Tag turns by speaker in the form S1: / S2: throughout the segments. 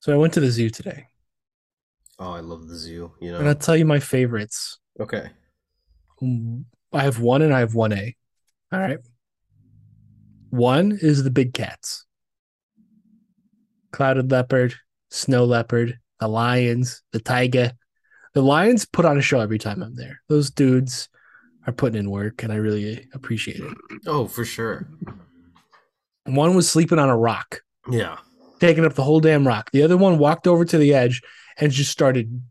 S1: So I went to the zoo today,
S2: Oh, I love the zoo. You
S1: and I'll
S2: know.
S1: tell you my favorites.
S2: Okay.
S1: Mm, I have one and I have one A. All right. One is the big cats. Clouded leopard, snow leopard, the lions, the tiger. The lions put on a show every time I'm there. Those dudes are putting in work and I really appreciate it.
S2: Oh, for sure.
S1: One was sleeping on a rock.
S2: Yeah.
S1: taking up the whole damn rock. The other one walked over to the edge and just started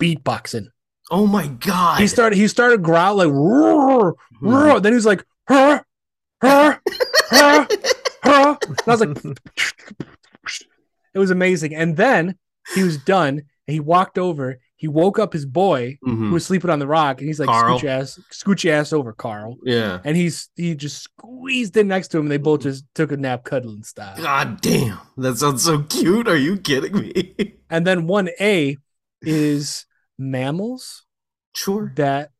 S1: beatboxing.
S2: Oh my god. Hmm.
S1: He started he started growl like roar, roar.
S2: Mm.
S1: Then he was like her, her, her, her. And I was like, it was amazing. And then he was done and he walked over. He woke up his boy who
S2: Mhm.
S1: was sleeping on the rock and he's like,
S2: Carl.
S1: scoot your ass, scoot your ass over, Carl.
S2: Yeah.
S1: And he's he just squeezed in next to him and they both just took a nap cuddling style.
S2: Hmm. God damn. That sounds so cute. Are you kidding me?
S1: And then one A is mammals
S2: sure.
S1: that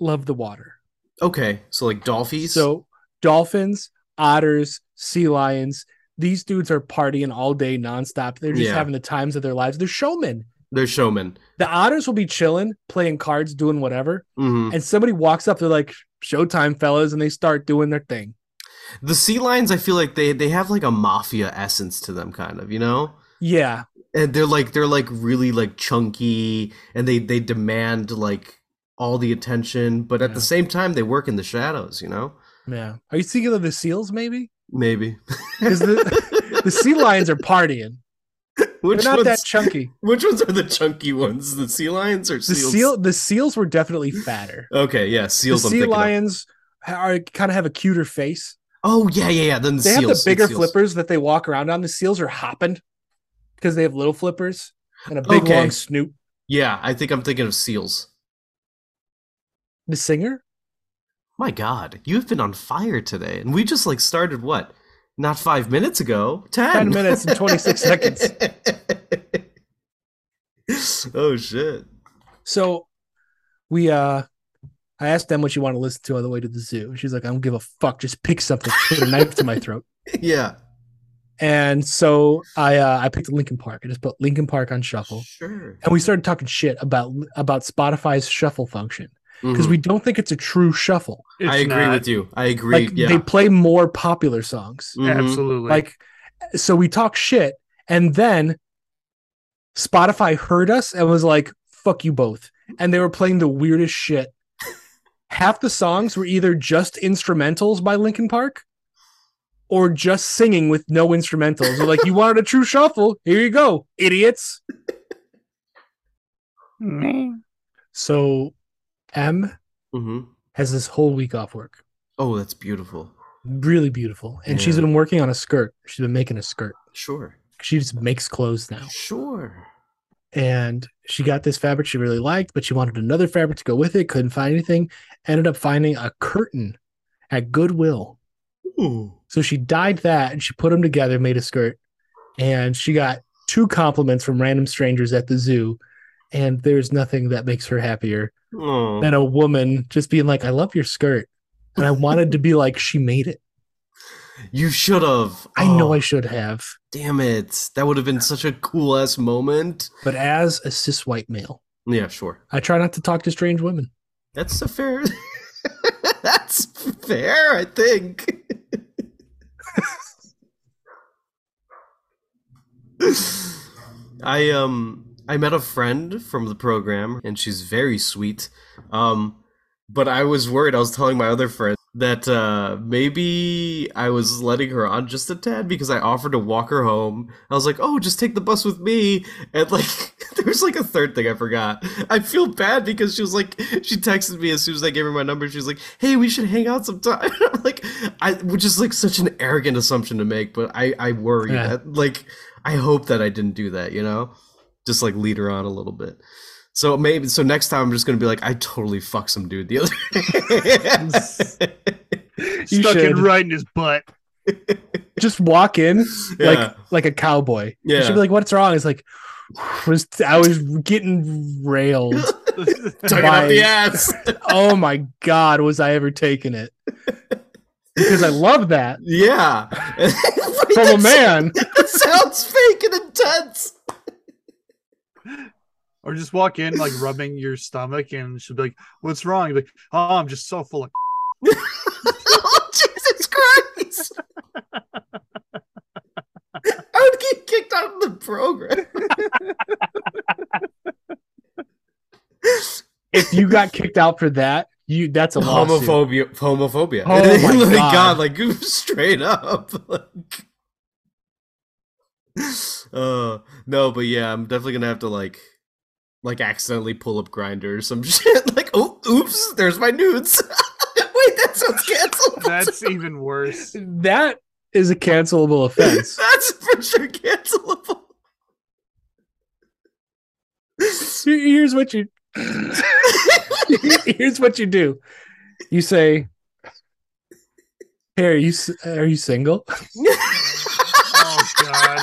S1: love the water.
S2: Okay. So like dolphins.
S1: So dolphins, otters, sea lions, these dudes are partying all day nonstop. They're just
S2: Yeah.
S1: having the times of their lives. They're showmen.
S2: they're showmen.
S1: The otters will be chilling, playing cards, doing whatever.
S2: hmm
S1: And somebody walks up, they're like, Showtime, fellas, and they start doing their thing.
S2: The sea lions, I feel like they they have like a mafia essence to them, kind of. You know.
S1: Yeah.
S2: and they're like they're like really like chunky and they they demand like all the attention but at
S1: Yeah.
S2: the same time they work in the shadows you know
S1: Yeah. Are you thinking of the seals, maybe?
S2: maybe
S1: Because the, the sea lions are partying. They're
S2: which
S1: not
S2: ones
S1: that chunky.
S2: which ones are the chunky ones the sea lions or
S1: The
S2: seals
S1: seal the seals were definitely fatter.
S2: okay yeah
S1: the
S2: seals I'm
S1: sea
S2: thinking of.
S1: lions ha- are kind of have a cuter face.
S2: oh yeah yeah yeah then the
S1: They
S2: seals
S1: have the bigger
S2: seals.
S1: flippers that they walk around on. The seals are hopping because they have little flippers and a big
S2: Okay.
S1: long snoot.
S2: yeah i think i'm thinking of seals
S1: The singer,
S2: my god you've been on fire today and we just like started what not five minutes ago
S1: 10
S2: ten,
S1: minutes and 26 seconds.
S2: oh shit
S1: So we uh I asked them what you want to listen to on the way to the zoo. She's like, I don't give a fuck. Just pick something. Put a knife to my throat.
S2: Yeah.
S1: And so I uh, I picked Linkin Park. I just put Linkin Park on shuffle,
S2: Sure.
S1: and we started talking shit about about Spotify's shuffle function
S2: Mm-hmm.
S1: because we don't think it's a true shuffle.
S2: I agree with you. I agree.
S1: like
S2: yeah.
S1: they play more popular songs
S2: Mhm.
S3: Absolutely.
S1: like so we talk shit and then spotify heard us and was like fuck you both and they were playing the weirdest shit half the songs were either just instrumentals by linkin park or just singing with no instrumentals They're like you wanted a true shuffle here you go idiots
S3: Mm.
S1: so m
S2: Mhm.
S1: has this whole week off work
S2: Oh, that's beautiful.
S1: really beautiful and she's
S2: Yeah.
S1: been working on a skirt she's been making a skirt
S2: Sure.
S1: she just makes clothes now.
S2: Sure.
S1: And she got this fabric she really liked, but she wanted another fabric to go with it. Couldn't find anything. Ended up finding a curtain at Goodwill.
S2: Ooh.
S1: So she dyed that and she put them together, made a skirt. And she got two compliments from random strangers at the zoo. And there's nothing that makes her happier
S2: Oh.
S1: than a woman just being like, I love your skirt. And I wanted to be like, she made it.
S2: You should have.
S1: I know I should have.
S2: Damn it. That would have been such a cool ass moment.
S1: But as a cis white male,
S2: Yeah, sure.
S1: I try not to talk to strange women.
S2: That's a fair. that's fair, I think. I um I met a friend from the program and she's very sweet. Um but I was worried. I was telling my other friend that uh maybe I was letting her on just a tad because I offered to walk her home. I was like, "Oh, just take the bus with me." And like there was like a third thing I forgot. I feel bad because she was like she texted me as soon as I gave her my number. She was like, "Hey, we should hang out sometime." I'm like I which is like such an arrogant assumption to make, but I I worry
S1: Yeah.
S2: that like I hope that I didn't do that, you know? Just like lead her on a little bit. So maybe so next time I'm just gonna be like, I totally fucked some dude the other day.
S1: You
S3: Stuck
S1: should.
S3: it right in his butt.
S1: Just walk in
S2: yeah.
S1: like like a cowboy.
S2: Yeah.
S1: Yeah. She'd be like, "What's wrong?" It's like was I was getting railed.
S2: Tuck it up
S1: Bye.
S2: the ass.
S1: oh my god, was I ever taking it? because I love that
S2: Yeah.
S1: from a man.
S2: It sounds fake and intense.
S3: Or just walk in like rubbing your stomach, and she'll be like, "What's wrong?" You're like, "Oh, I'm just so full of."
S2: oh, Jesus Christ. I would get kicked out of the program.
S1: If you got kicked out for that, you that's a lawsuit.
S2: Homophobia. Homophobia.
S1: Oh my
S2: Like,
S1: God.
S2: like straight up. Like, uh, no, but yeah, I'm definitely gonna have to like, like accidentally pull up grinder or some shit. Like, oh, oops, there's my nudes. Wait, that sounds cancelable.
S3: That's even worse.
S1: That is a cancelable offense.
S2: That's for sure cancelable.
S1: Here- Here's what you Here's what you do. You say, "Hey, are you s- are you single?"
S3: Oh God.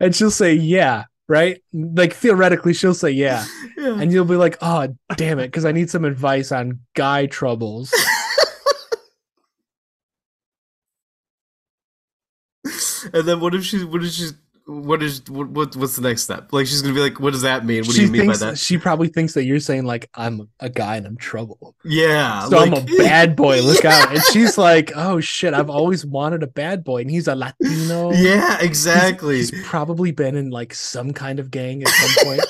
S1: And she'll say, "Yeah." Right? Like theoretically, she'll say, "Yeah."
S2: Yeah.
S1: And you'll be like, "Oh, damn it!" Because I need some advice on guy troubles.
S2: And then what if she? What if she's? What is? What, what? What's the next step? Like she's gonna be like, "What does that mean? What do
S1: she
S2: you mean by
S1: thinks
S2: that?"
S1: she probably thinks that you're saying like, "I'm a guy and I'm trouble,
S2: Yeah,
S1: so I'm
S2: like-
S1: a bad boy. Look out!" And she's like, "Oh shit! I've always wanted a bad boy, and he's a Latino."
S2: Yeah, exactly.
S1: He's probably been in like some kind of gang at some point.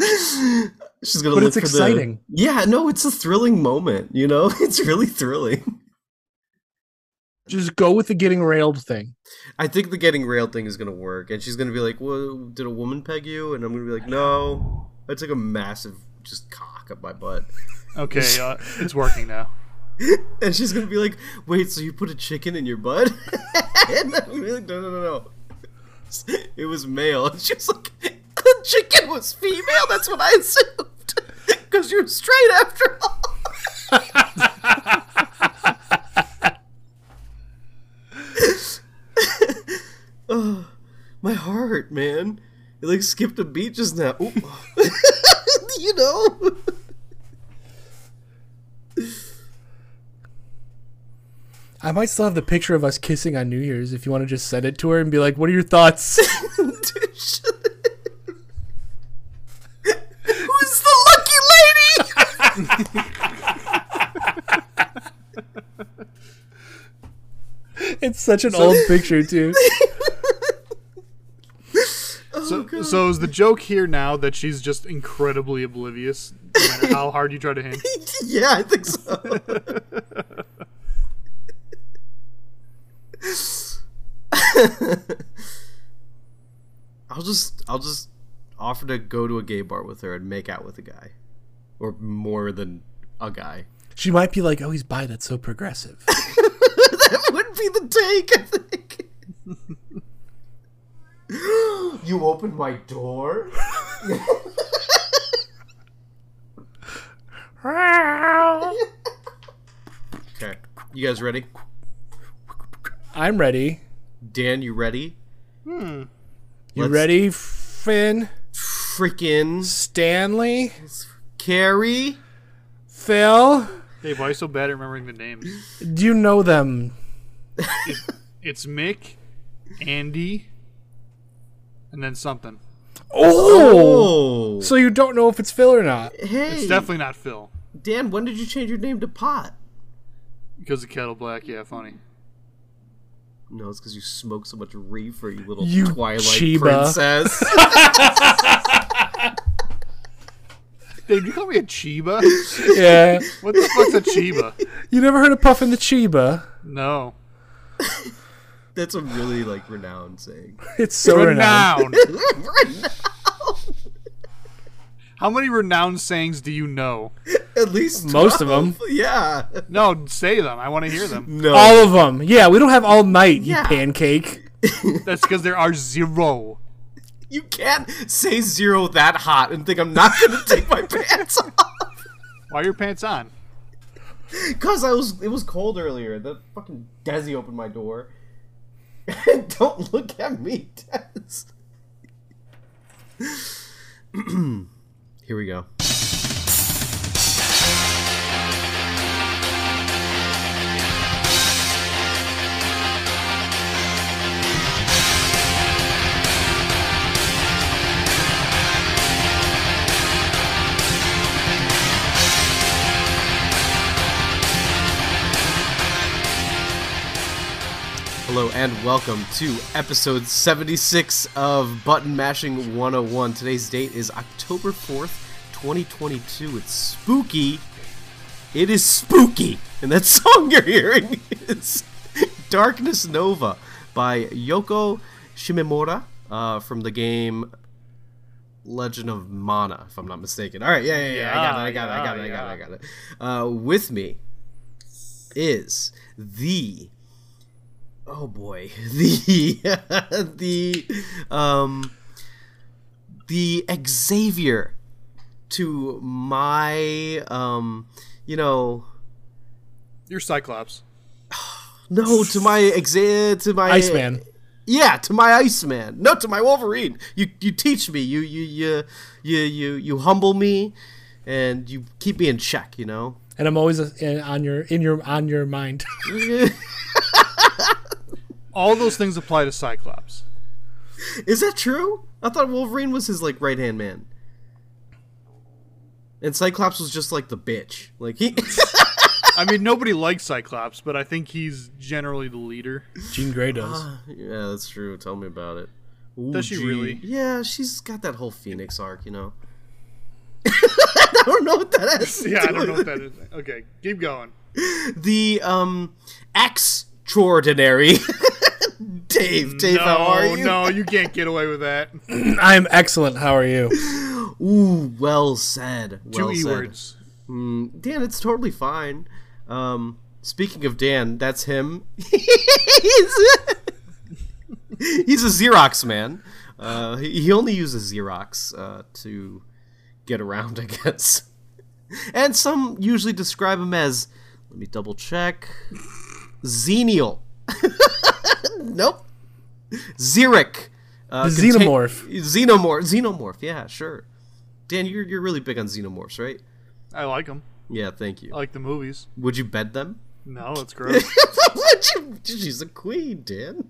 S2: she's gonna.
S1: but
S2: look
S1: it's
S2: for the-
S1: exciting.
S2: Yeah, no, it's a thrilling moment. You know, it's really thrilling.
S1: Just go with the getting railed thing.
S2: I think the getting railed thing is gonna work, and she's gonna be like, "Well, did a woman peg you?" And I'm gonna be like, "No, I took a massive just cock up my butt."
S3: Okay, uh, it's working now.
S2: And she's gonna be like, "Wait, so you put a chicken in your butt?" and I'm gonna be like, "No, no, no, no." It was male. And she was like, "The chicken was female. That's what I assumed, because you're straight after all." oh, my heart, man. It like skipped a beat just now. Ooh. you know.
S1: I might still have the picture of us kissing on New Year's if you want to just send it to her and be like, "What are your thoughts?"
S2: Who's the lucky lady?
S1: it's such an old picture too.
S3: So, so is the joke here now that she's just incredibly oblivious, no matter how hard you try to hint?
S2: yeah, I think so. I'll just I'll just offer to go to a gay bar with her and make out with a guy. Or more than a guy.
S1: She might be like, "Oh, he's bi. That's so progressive."
S2: that would be the take, I think. you opened my door? okay. You guys ready?
S1: I'm ready.
S2: Dan, you ready?
S1: You
S2: Let's-
S1: ready, Finn,
S2: Freaking
S1: Stanley,
S2: Carrie?
S1: Phil?
S3: Hey, why so bad at remembering the names?
S1: Do you know them?
S3: It's Mick, Andy, and then something.
S1: Oh,
S2: Oh.
S1: so you don't know if it's Phil or not?
S2: hey,
S3: It's definitely not Phil
S2: Dan, when did you change your name to Pot?
S3: because of Kettle Black. Yeah, funny.
S2: No, it's because you smoke so much reefer, you little
S1: You
S2: Twilight
S1: Chiba.
S2: princess.
S3: Dave, you call me a Chiba?
S1: Yeah.
S3: What the fuck's a Chiba?
S1: You never heard of Puffin the Chiba?
S3: No.
S2: That's a really like renowned saying.
S1: It's so renowned.
S3: Renowned. How many renowned sayings do you know?
S2: At least
S1: Most of
S2: 12. Yeah.
S3: No, say them. I want to hear them.
S2: No.
S1: All of them. Yeah, we don't have all night, you
S2: Yeah.
S1: pancake.
S3: That's because there are zero.
S2: you can't say zero that hot and think I'm not gonna take my pants off.
S3: Why are your pants on?
S2: Cause I was it was cold earlier. The fucking Desi opened my door. Don't look at me, Des. Here we go. hello, and welcome to episode 76 of Button Mashing 101. Today's date is October 4th, 2022. It's spooky. It is spooky. And that song you're hearing is Darkness Nova by Yoko Shimomura uh, from the game Legend of Mana, if I'm not mistaken. All right, yeah, yeah, yeah. I got it, I got it, I got it, I got it, I got it. Uh, with me is the oh boy the the um the Xavier to my um you know
S3: You're Cyclops.
S2: no to my Xavier to my
S4: Iceman.
S2: Yeah, to my Iceman. No, to my Wolverine. You you teach me. You you you you you you humble me, and you keep me in check. You know.
S4: And I'm always uh, on your in your on your mind.
S3: All those things apply to Cyclops.
S2: Is that true? I thought Wolverine was his like right hand man, and Cyclops was just like the bitch. Like he.
S3: I mean, nobody likes Cyclops, but I think he's generally the leader.
S4: Jean Grey does.
S2: yeah, that's true. Tell me about it.
S3: Does she really?
S2: Yeah, she's got that whole Phoenix arc. You know. I don't know what that has. to
S3: Yeah, I
S2: do
S3: don't know
S2: with
S3: what that is. Okay, keep going.
S2: the um extraordinary Dave. Dave,
S3: no,
S2: how are you?
S3: no, you can't get away with that.
S4: I'm excellent. How are you?
S2: Ooh, well said. Well
S3: Two e
S2: said.
S3: words.
S2: Mm, Dan, it's totally fine. Um, speaking of Dan, that's him. he's, he's a Xerox man. Uh, he, he only uses Xerox uh, to get around, I guess. And some usually describe him as, let me double check, xenial. nope. Xeric. Uh,
S4: The
S2: contain-
S4: xenomorph.
S2: Xenomorph. Xenomorph, yeah, sure. Dan, you're, you're really big on xenomorphs, right?
S3: I like him.
S2: Yeah, thank you.
S3: I like the movies.
S2: Would you bed them?
S3: No, it's gross.
S2: Would you? She's a queen, Dan.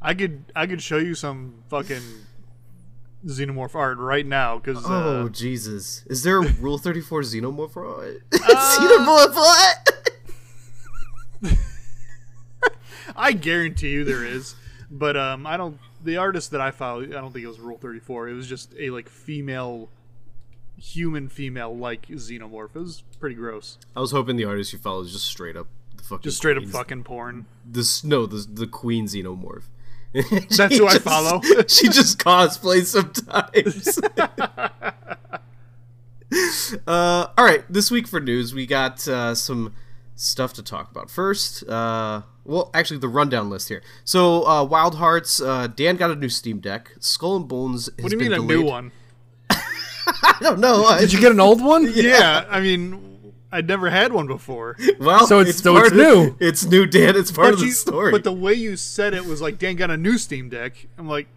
S3: I could I could show you some fucking xenomorph art right now because
S2: Oh
S3: uh,
S2: Jesus! Is there a Rule Thirty Four xenomorph? art?
S3: Uh,
S2: xenomorph? What? Oh.
S3: I guarantee you there is, but um, I don't. The artist that I followed, I don't think it was Rule Thirty Four. It was just a like female, human female like xenomorph. It was pretty gross.
S2: I was hoping the artist you follow is just straight up the fucking
S3: Just straight up
S2: queen-
S3: fucking porn.
S2: This no, the the queen xenomorph.
S3: That's who I follow.
S2: she just cosplays sometimes. uh, all right, this week for news, we got uh, some stuff to talk about. First, uh, well, actually, the rundown list here. So, uh, Wild Hearts, uh, Dan got a new Steam Deck. Skull and Bones. Has
S3: What do you
S2: been
S3: mean a
S2: delayed.
S3: new one?
S2: I don't know. I-
S4: Did you get an old one?
S3: Yeah, I mean, I'd never had one before.
S2: well,
S4: So it's- so it's
S2: part of-
S4: new.
S2: It's new, Dan. It's part of the
S3: you-
S2: story.
S3: but the way you said it was like Dan got a new Steam Deck. I'm like,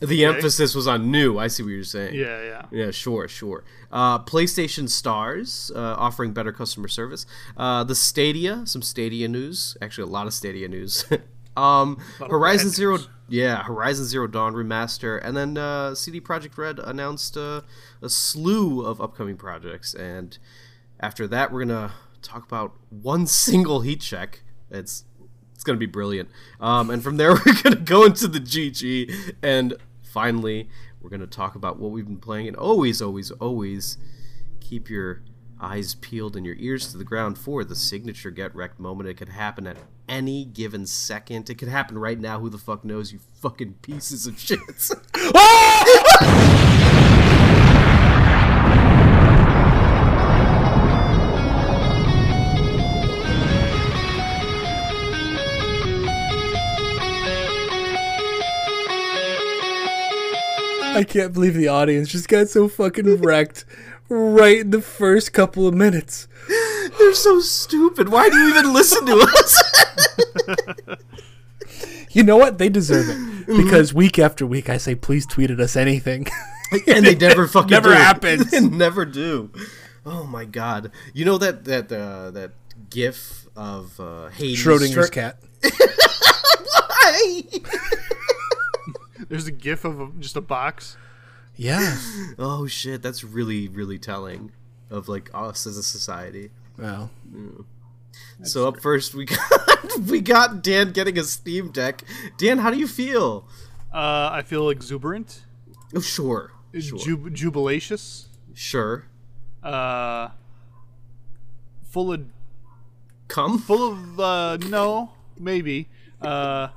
S2: the emphasis was on new. I see what you're saying.
S3: yeah, yeah.
S2: Yeah, sure, sure. Uh, PlayStation Stars uh, offering better customer service. Uh, the Stadia, some Stadia news. Actually, a lot of Stadia news. um, Horizon
S3: bad
S2: Zero, yeah, Horizon Zero Dawn remaster, and then uh, CD Projekt Red announced uh, a slew of upcoming projects. And after that, we're gonna talk about one single heat check. It's it's gonna be brilliant. Um, and from there, we're gonna go into the GG, and finally, we're gonna talk about what we've been playing. And always, always, always keep your eyes peeled and your ears to the ground for the signature get wrecked moment. It could happen at any given second. It could happen right now. Who the fuck knows? You fucking pieces of shit.
S4: I can't believe the audience just got so fucking wrecked right in the first couple of minutes.
S2: They're so stupid. Why do you even listen to us?
S4: You know what? They deserve it. Because week after week, I say, please tweet at us anything.
S2: and they never fucking
S4: never
S2: do.
S4: happens.
S2: They never do. Oh my god! You know that that uh, that gif of uh, Hades
S4: Schrodinger's cat.
S3: There's a GIF of a, just a box.
S4: Yeah.
S2: Oh shit! That's really really telling of like us as a society.
S4: Well,
S2: so up first we got we got Dan getting a Steam Deck. Dan, how do you feel?
S3: Uh, I feel exuberant,
S2: Oh, sure, sure,
S3: jub- jubilatious,
S2: sure.
S3: uh, full of
S2: Come. Oh,
S3: full of uh, no, maybe, uh,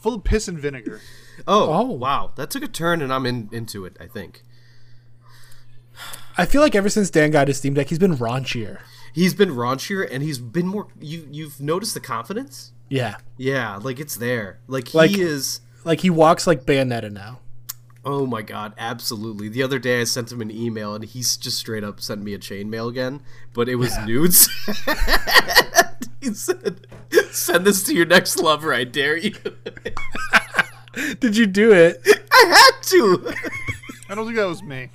S3: full of piss and vinegar.
S2: Oh,
S4: Oh.
S2: wow, that took a turn, and I'm in, into it. I think
S4: I feel like ever since Dan got his Steam Deck, he's been raunchier.
S2: he's been raunchier, and he's been more. You you've noticed the confidence?
S4: Yeah,
S2: Yeah, like it's there. Like he
S4: Like-
S2: is.
S4: like he walks like Bayonetta now.
S2: Oh my god, absolutely. The other day I sent him an email and he's just straight up sent me a chainmail again, but it was nudes. he said, "Send this to your next lover, I dare you."
S4: Did you do it?
S2: I had to.
S3: I don't think that was me.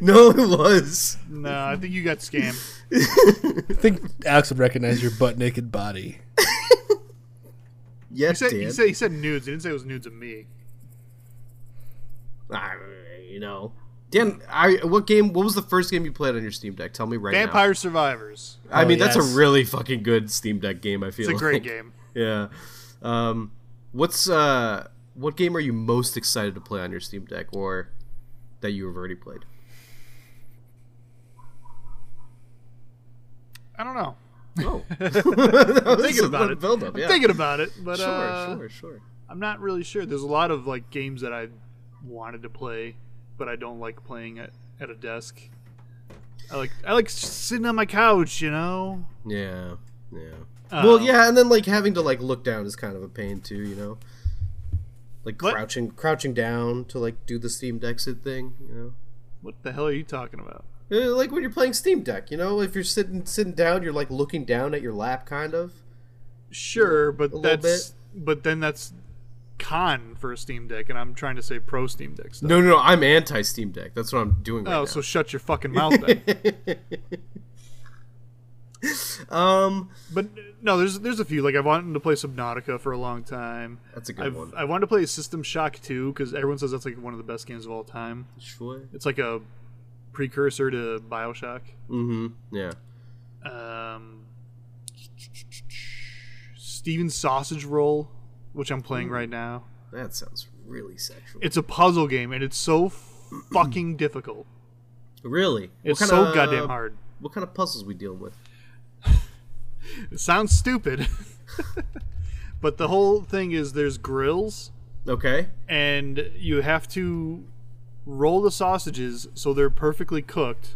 S2: no, it was.
S3: No, I think you got scammed.
S4: I think Alex would recognize your butt naked body.
S2: Yes,
S3: He said, he
S2: Dan.
S3: said he said nudes. He didn't say it was nudes of me.
S2: Ah, you know. Dan, I, what game? What was the first game you played on your Steam Deck? Tell me right
S3: Vampire Survivors.
S2: now. I
S4: Oh,
S2: mean, that's
S4: yes.
S2: a really fucking good Steam Deck game. I feel
S3: It's a
S2: like.
S3: great game.
S2: Yeah. Um, what's uh, what game are you most excited to play on your Steam Deck, or that you have already played?
S3: I don't know.
S2: Oh,
S3: Thinking about it.
S2: Build up,
S3: I'm
S2: yeah.
S3: thinking about it, but
S2: sure,
S3: uh,
S2: sure, sure.
S3: I'm not really sure. There's a lot of like games that I wanted to play, but I don't like playing at, at a desk. I like I like sitting on my couch, you know.
S2: Yeah, yeah.
S3: Uh,
S2: well, yeah, and then like having to like look down is kind of a pain too, you know. Like
S3: What?
S2: crouching, crouching down to like do the Steam Deck sit thing, you know.
S3: What the hell are you talking about?
S2: Eh, Like when you're playing Steam Deck, you know, if you're sitting sitting down, you're like looking down at your lap, kind of.
S3: Sure, but
S2: little
S3: that's but then that's con for a Steam Deck, and I'm trying to say pro Steam Deck stuff.
S2: No, no, no I'm anti Steam Deck. That's what I'm doing right
S3: oh,
S2: now.
S3: so shut your fucking mouth then.
S2: um,
S3: but no, there's there's a few. Like I wanted to play Subnautica for a long time.
S2: that's a good
S3: I've,
S2: one.
S3: I wanted to play System Shock 2 because everyone says that's like one of the best games of all time.
S2: Sure.
S3: It's like a precursor to Bioshock.
S2: Mm-hmm. Yeah.
S3: Um, Steven Sausage Roll, which I'm
S2: Hmm.
S3: playing right now.
S2: That sounds really sexual.
S3: It's a puzzle game and it's so fucking difficult.
S2: really. What
S3: It's
S2: kind
S3: so
S2: of- uh,
S3: goddamn hard.
S2: What kind of puzzles we dealing with?
S3: It sounds stupid, but the whole thing is there's grills
S2: Okay.
S3: and you have to roll the sausages so they're perfectly cooked.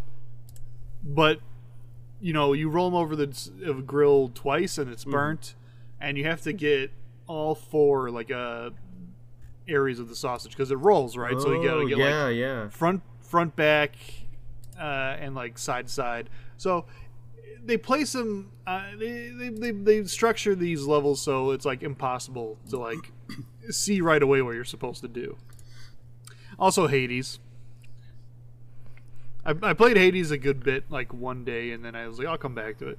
S3: But you know, you roll them over the s- uh, grill twice and it's burnt, and you have to get all four like uh areas of the sausage because it rolls right. so you gotta
S2: Oh,
S3: get
S2: yeah,
S3: like
S2: yeah.
S3: front front back uh, and like side side. So they place them. Uh, they, they, they they structure these levels so it's like impossible to like see right away what you're supposed to do. Also Hades. I, I played Hades a good bit, like one day, and then I was like, I'll come back to it.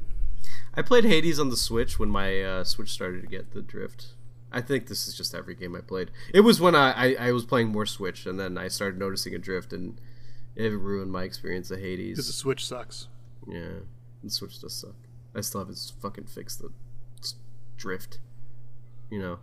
S2: I played Hades on the Switch when my uh, Switch started to get the drift. I think this is just every game I played. It was when I, I, I was playing more Switch, and then I started noticing a drift, and it ruined my experience of
S3: Because the
S2: Hades.
S3: Switch sucks.
S2: Yeah, the Switch does suck. I still haven't s- fucking fixed the s- drift. You know,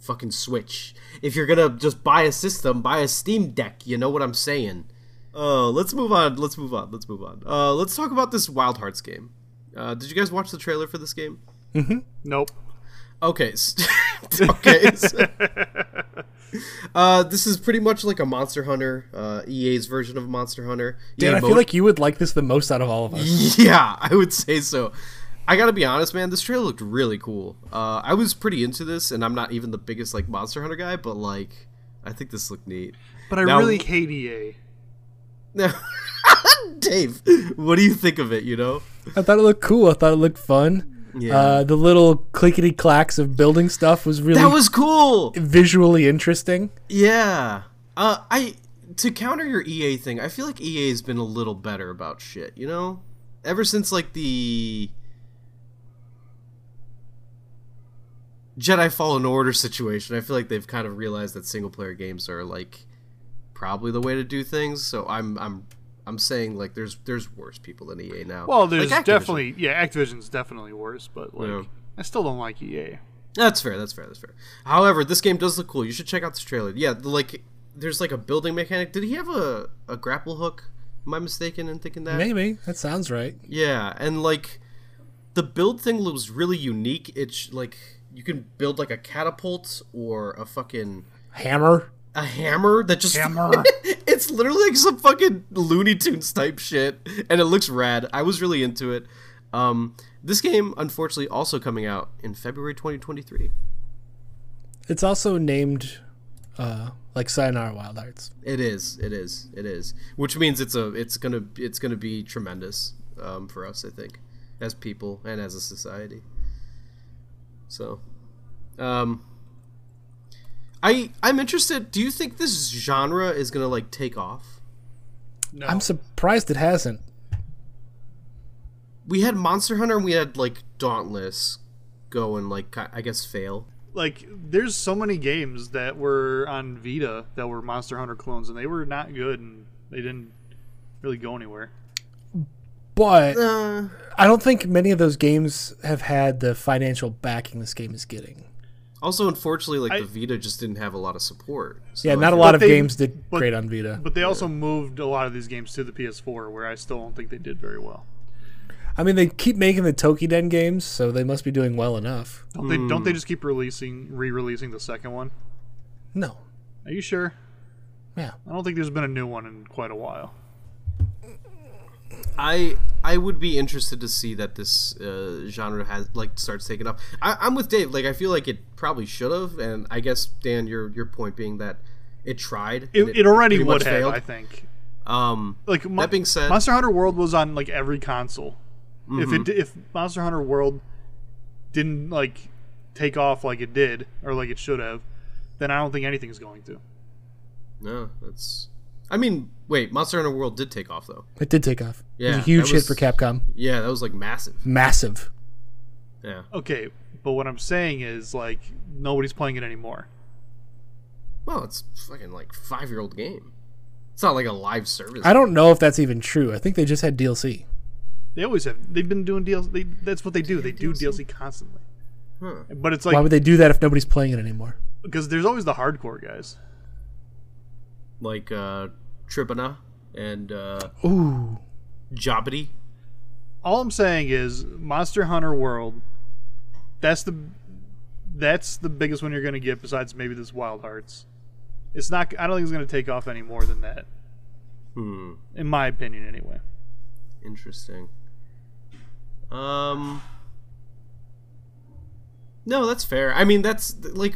S2: fucking Switch. If you're gonna just buy a system, buy a Steam Deck. You know what I'm saying? Uh, let's move on. Let's move on. Let's move on. Uh, let's talk about this Wild Hearts game. Uh, did you guys watch the trailer for this game?
S3: Nope.
S2: Okay. s- okay. s- uh, this is pretty much like a Monster Hunter, uh, EA's version of Monster Hunter.
S4: Dan,
S2: EA
S4: I feel
S2: mode-
S4: like you would like this the most out of all of us.
S2: yeah, I would say so. I gotta be honest, man. This trailer looked really cool. Uh, I was pretty into this, and I'm not even the biggest like Monster Hunter guy, but like, I think this looked neat.
S3: But I
S2: Now-
S3: really hate EA.
S2: Now, Dave, what do you think of it? You know,
S4: I thought it looked cool. I thought it looked fun.
S2: Yeah.
S4: Uh, the little clickety clacks of building stuff was really
S2: that was cool.
S4: visually interesting.
S2: Yeah. Uh, I to counter your EA thing, I feel like EA has been a little better about shit. You know, ever since like the Jedi Fallen Order situation, I feel like they've kind of realized that single player games are like probably the way to do things. So I'm I'm I'm saying like there's there's worse people than EA now.
S3: Well, there's
S2: Like Activision.
S3: definitely yeah, Activision's definitely worse, but like
S2: Yeah.
S3: I still don't like E EA.
S2: That's fair. That's fair. That's fair. However, this game does look cool. You should check out this trailer. Yeah, the, like there's like a building mechanic. Did he have a a grapple hook? Am I mistaken in thinking that?
S4: Maybe that sounds right.
S2: Yeah, and like the build thing was really unique. It's like you can build like a catapult or a fucking
S4: Hammer.
S2: a hammer that just
S3: Hammer.
S2: it's literally like some fucking Looney Tunes type shit, and it looks rad. I was really into it. Um, this game, unfortunately, also coming out in February 2023.
S4: It's also named uh, like Sayonara Wild Hearts.
S2: It is, it is, it is. Which means it's a, it's gonna, it's gonna be tremendous um, for us, I think, as people and as a society. So, um, I, I'm interested. Do you think this genre is gonna like take off?
S3: No.
S4: I'm surprised it hasn't.
S2: we had Monster Hunter and we had like Dauntless go and like ki- I guess fail.
S3: like there's so many games that were on Vita that were Monster Hunter clones and they were not good and they didn't really go anywhere.
S4: But
S2: Uh,
S4: I don't think many of those games have had the financial backing this game is getting.
S2: also, unfortunately, like
S3: I-
S2: the Vita just didn't have a lot of support. So
S4: Yeah,
S2: I
S4: not a
S2: feel-
S4: lot of
S3: they-
S4: games did
S3: but-
S4: great on Vita.
S3: But they also moved a lot of these games to the PS4 where I still don't think they did very well.
S4: I mean, they keep making the Tokiden games, so they must be doing well enough.
S3: Don't they don't they just keep releasing re-releasing the second one?
S4: No.
S3: Are you sure?
S4: Yeah.
S3: I don't think there's been a new one in quite a while.
S2: I I would be interested to see that this uh, genre has like starts taking off. I, I'm with Dave. Like I feel like it probably should have, and I guess Dan, your your point being that it tried. and
S3: It, it already
S2: pretty
S3: would
S2: much
S3: have,
S2: failed.
S3: I think.
S2: Um,
S3: Like Mon-
S2: that being said, Mm-hmm.
S3: Monster Hunter World was on like every console. If it di- if Monster Hunter World didn't like take off like it did or like it should have, then I don't think anything's going to.
S2: no, that's. I mean, wait, Monster Hunter World did take off though.
S4: It did take off. it was
S2: Yeah,
S4: a huge
S2: that
S4: hit for
S2: was-
S4: Capcom.
S2: Yeah, that was like massive.
S4: Massive.
S2: Yeah.
S3: Okay, but what I'm saying is like nobody's playing it anymore.
S2: Well, it's fucking like five year old game. It's not like a live service.
S4: I don't know if that's even true. I think they just had DLC.
S3: They always have. They've been doing DLC. They, that's what they do. They do DLC constantly.
S2: Huh.
S3: But it's
S4: Why
S3: like
S4: would they do that if nobody's playing it anymore?
S3: because there's always the hardcore guys.
S2: Like uh Tribana and uh
S4: Ooh.
S2: Jobbity.
S3: all I'm saying is Monster Hunter World. That's the that's the biggest one you're going to get besides maybe this Wild Hearts. It's not. I don't think it's going to take off any more than that,
S2: Hmm.
S3: in my opinion, anyway.
S2: Interesting. Um No, that's fair. I mean that's like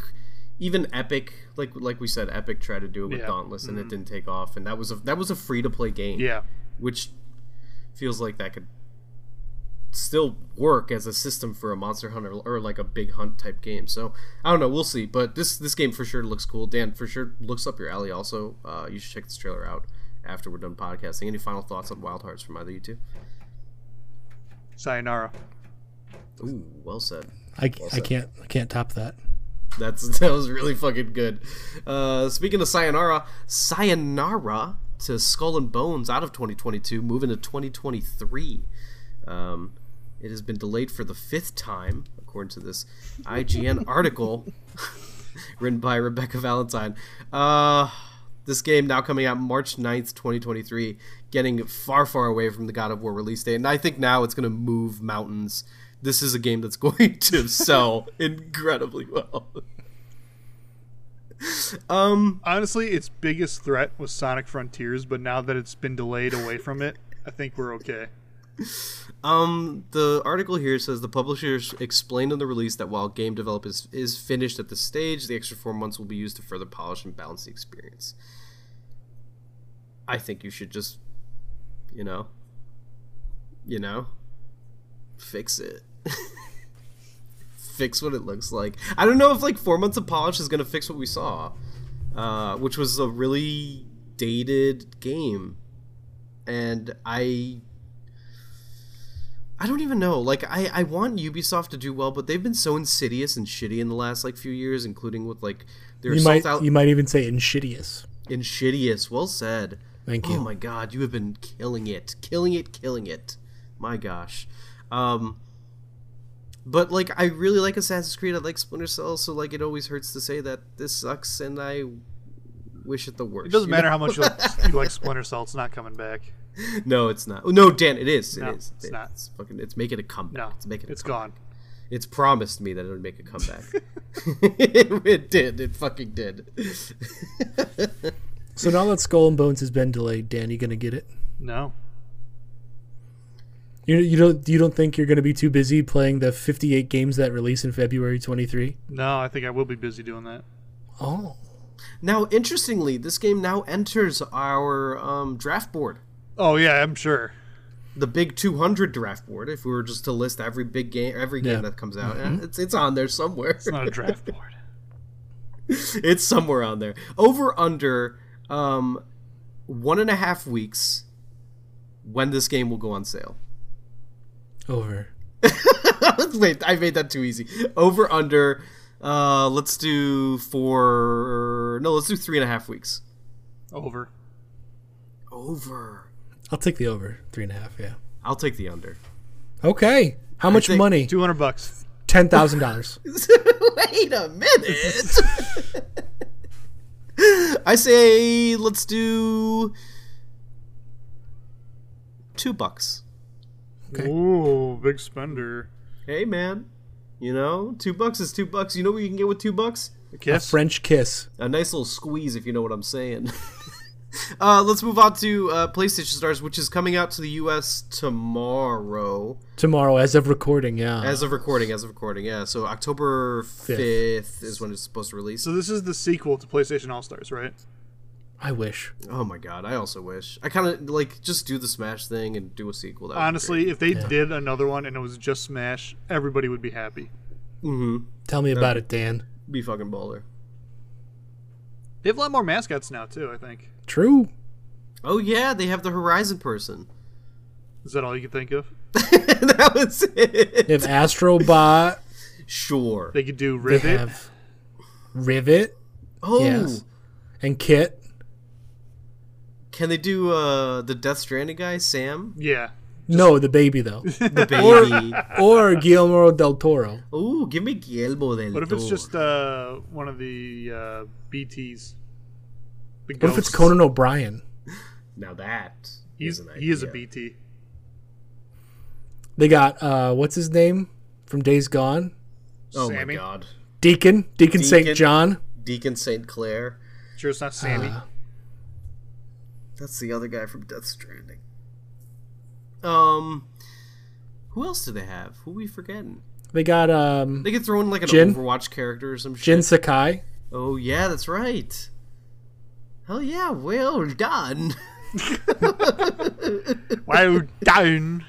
S2: even Epic, like like we said, Epic tried to do it with
S3: Yeah. Mm-hmm.
S2: Dauntless and it didn't take off, and that was a that was a free to play game.
S3: Yeah,
S2: which feels like that could still work as a system for a monster hunter or like a big hunt type game so i don't know we'll see but this this game for sure looks cool dan for sure looks up your alley also uh, you should check this trailer out after we're done podcasting any final thoughts on wild hearts from either you two
S3: Sayonara.
S2: Ooh, well said
S4: I, I can't I can't top that.
S2: That's that was really fucking good. Uh, speaking of sayonara, sayonara to Skull and Bones out of 2022, moving to 2023. Um, it has been delayed for the fifth time, according to this IGN article written by Rebecca Valentine. Uh, this game now coming out March 9th, 2023, getting far, far away from the God of War release date. And I think now it's going to move mountains. This is a game that's going to sell incredibly well. um,
S3: Honestly, its biggest threat was Sonic Frontiers, but now that it's been delayed away from it, I think we're okay.
S2: Um, the article here says the publishers explained in the release that while game development is, is finished at this stage, the extra four months will be used to further polish and balance the experience. I think you should just, you know, you know, fix it. fix what it looks like. I don't know if like four months of polish is gonna fix what we saw, uh, which was a really dated game, and I I don't even know. Like I, I want Ubisoft to do well, but they've been so insidious and shitty in the last like few years, including with like their
S4: You
S2: assault
S4: might
S2: out
S4: you might even say Insidious.
S2: insidious. Well said.
S4: Thank
S2: Oh
S4: you.
S2: my god, you have been killing it, killing it, killing it. My gosh. Um but like I really like Assassin's Creed, I like Splinter Cell, so like it always hurts to say that this sucks and I wish it the worst.
S3: It doesn't
S2: you
S3: matter
S2: know?
S3: how much you like, you like Splinter Cell; it's not coming back.
S2: No, it's not. No, Dan, it is. It
S3: No,
S2: is.
S3: it's not.
S2: It's fucking it's making a comeback.
S3: No,
S2: it's making a
S3: it's
S2: comeback.
S3: gone.
S2: It's promised me that it would make a comeback. it did. It fucking did.
S4: So now that Skull and Bones has been delayed, Dan, you gonna get it?
S3: No,
S4: You you don't you don't think you're gonna be too busy playing the 58 games that release in February 23?
S3: no, I think I will be busy doing that.
S4: Oh,
S2: now, interestingly, this game now enters our um, draft board.
S3: Oh yeah, I'm sure.
S2: the big 200 draft board if we were just to list every big game every game
S4: Yeah.
S2: that comes out eh, it's it's on there somewhere
S3: Mm-hmm. It's not a draft board.
S2: it's somewhere on there over under um one and a half weeks when this game will go on sale
S4: over.
S2: wait i made that too easy over under uh let's do four no let's do three and a half weeks
S3: Over.
S2: over
S4: I'll take the over three and a half. Yeah.
S2: i'll take the under
S4: Okay. How much
S2: think-
S4: money?
S3: Two hundred bucks.
S4: Ten thousand dollars.
S2: Wait a minute. I say let's do two bucks.
S4: Okay.
S3: Ooh, big spender.
S2: Hey man, you know two bucks is two bucks. You know what you can get with two bucks?
S3: A
S4: A
S3: kiss.
S4: French kiss.
S2: A nice little squeeze, if you know what I'm saying. uh, let's move on to uh, PlayStation Stars, which is coming out to the U.S. tomorrow,
S4: Tomorrow, as of recording, yeah.
S2: as of recording. As of recording, yeah. So October fifth is when it's supposed to release.
S3: so this is the sequel to PlayStation All Stars, right?
S4: I wish.
S2: Oh my god, I also wish. I kind of like just do the Smash thing and do a sequel. That would be
S3: Honestly, if they did another one and it was just Smash, everybody would be happy.
S2: great. Mhm.
S4: Tell me about it, Dan.
S2: be fucking baller.
S3: They have a lot more mascots now too. I think.
S4: True.
S2: Oh yeah, they have the Horizon person.
S3: Is that all you can think of?
S2: that was it.
S4: They have Astrobot.
S2: Sure.
S3: They could do
S4: they
S3: Rivet.
S4: have Rivet
S2: Oh,
S4: yes. and Kit.
S2: can they do uh the Death Stranding guy, Sam,
S3: Yeah.
S4: No, the baby though,
S2: the baby?
S4: or Guillermo del Toro.
S2: Ooh, give me Guillermo del
S3: What if
S2: Toro.
S3: it's just uh, one of the uh, BTs? The
S4: What if it's
S3: ghosts.
S4: Conan O'Brien?
S2: now that
S3: He's,
S2: is an
S3: he is a
S2: idea.
S3: BT.
S4: They got uh, what's his name from Days Gone?
S2: Oh
S3: Sammy.
S2: my god,
S4: Deacon, Deacon, St.
S2: Deacon.
S4: John.
S2: Deacon Saint Clair.
S3: Sure, it's not Sammy.
S4: Uh,
S2: That's the other guy from Death Stranding. Um, who else do they have? Who are we forgetting?
S4: They got um,
S2: They could throw in like an
S4: Jin?
S2: Overwatch character or some shit.
S4: Jin Sakai.
S2: Oh yeah, that's right. Hell yeah, well done.
S3: wow, down.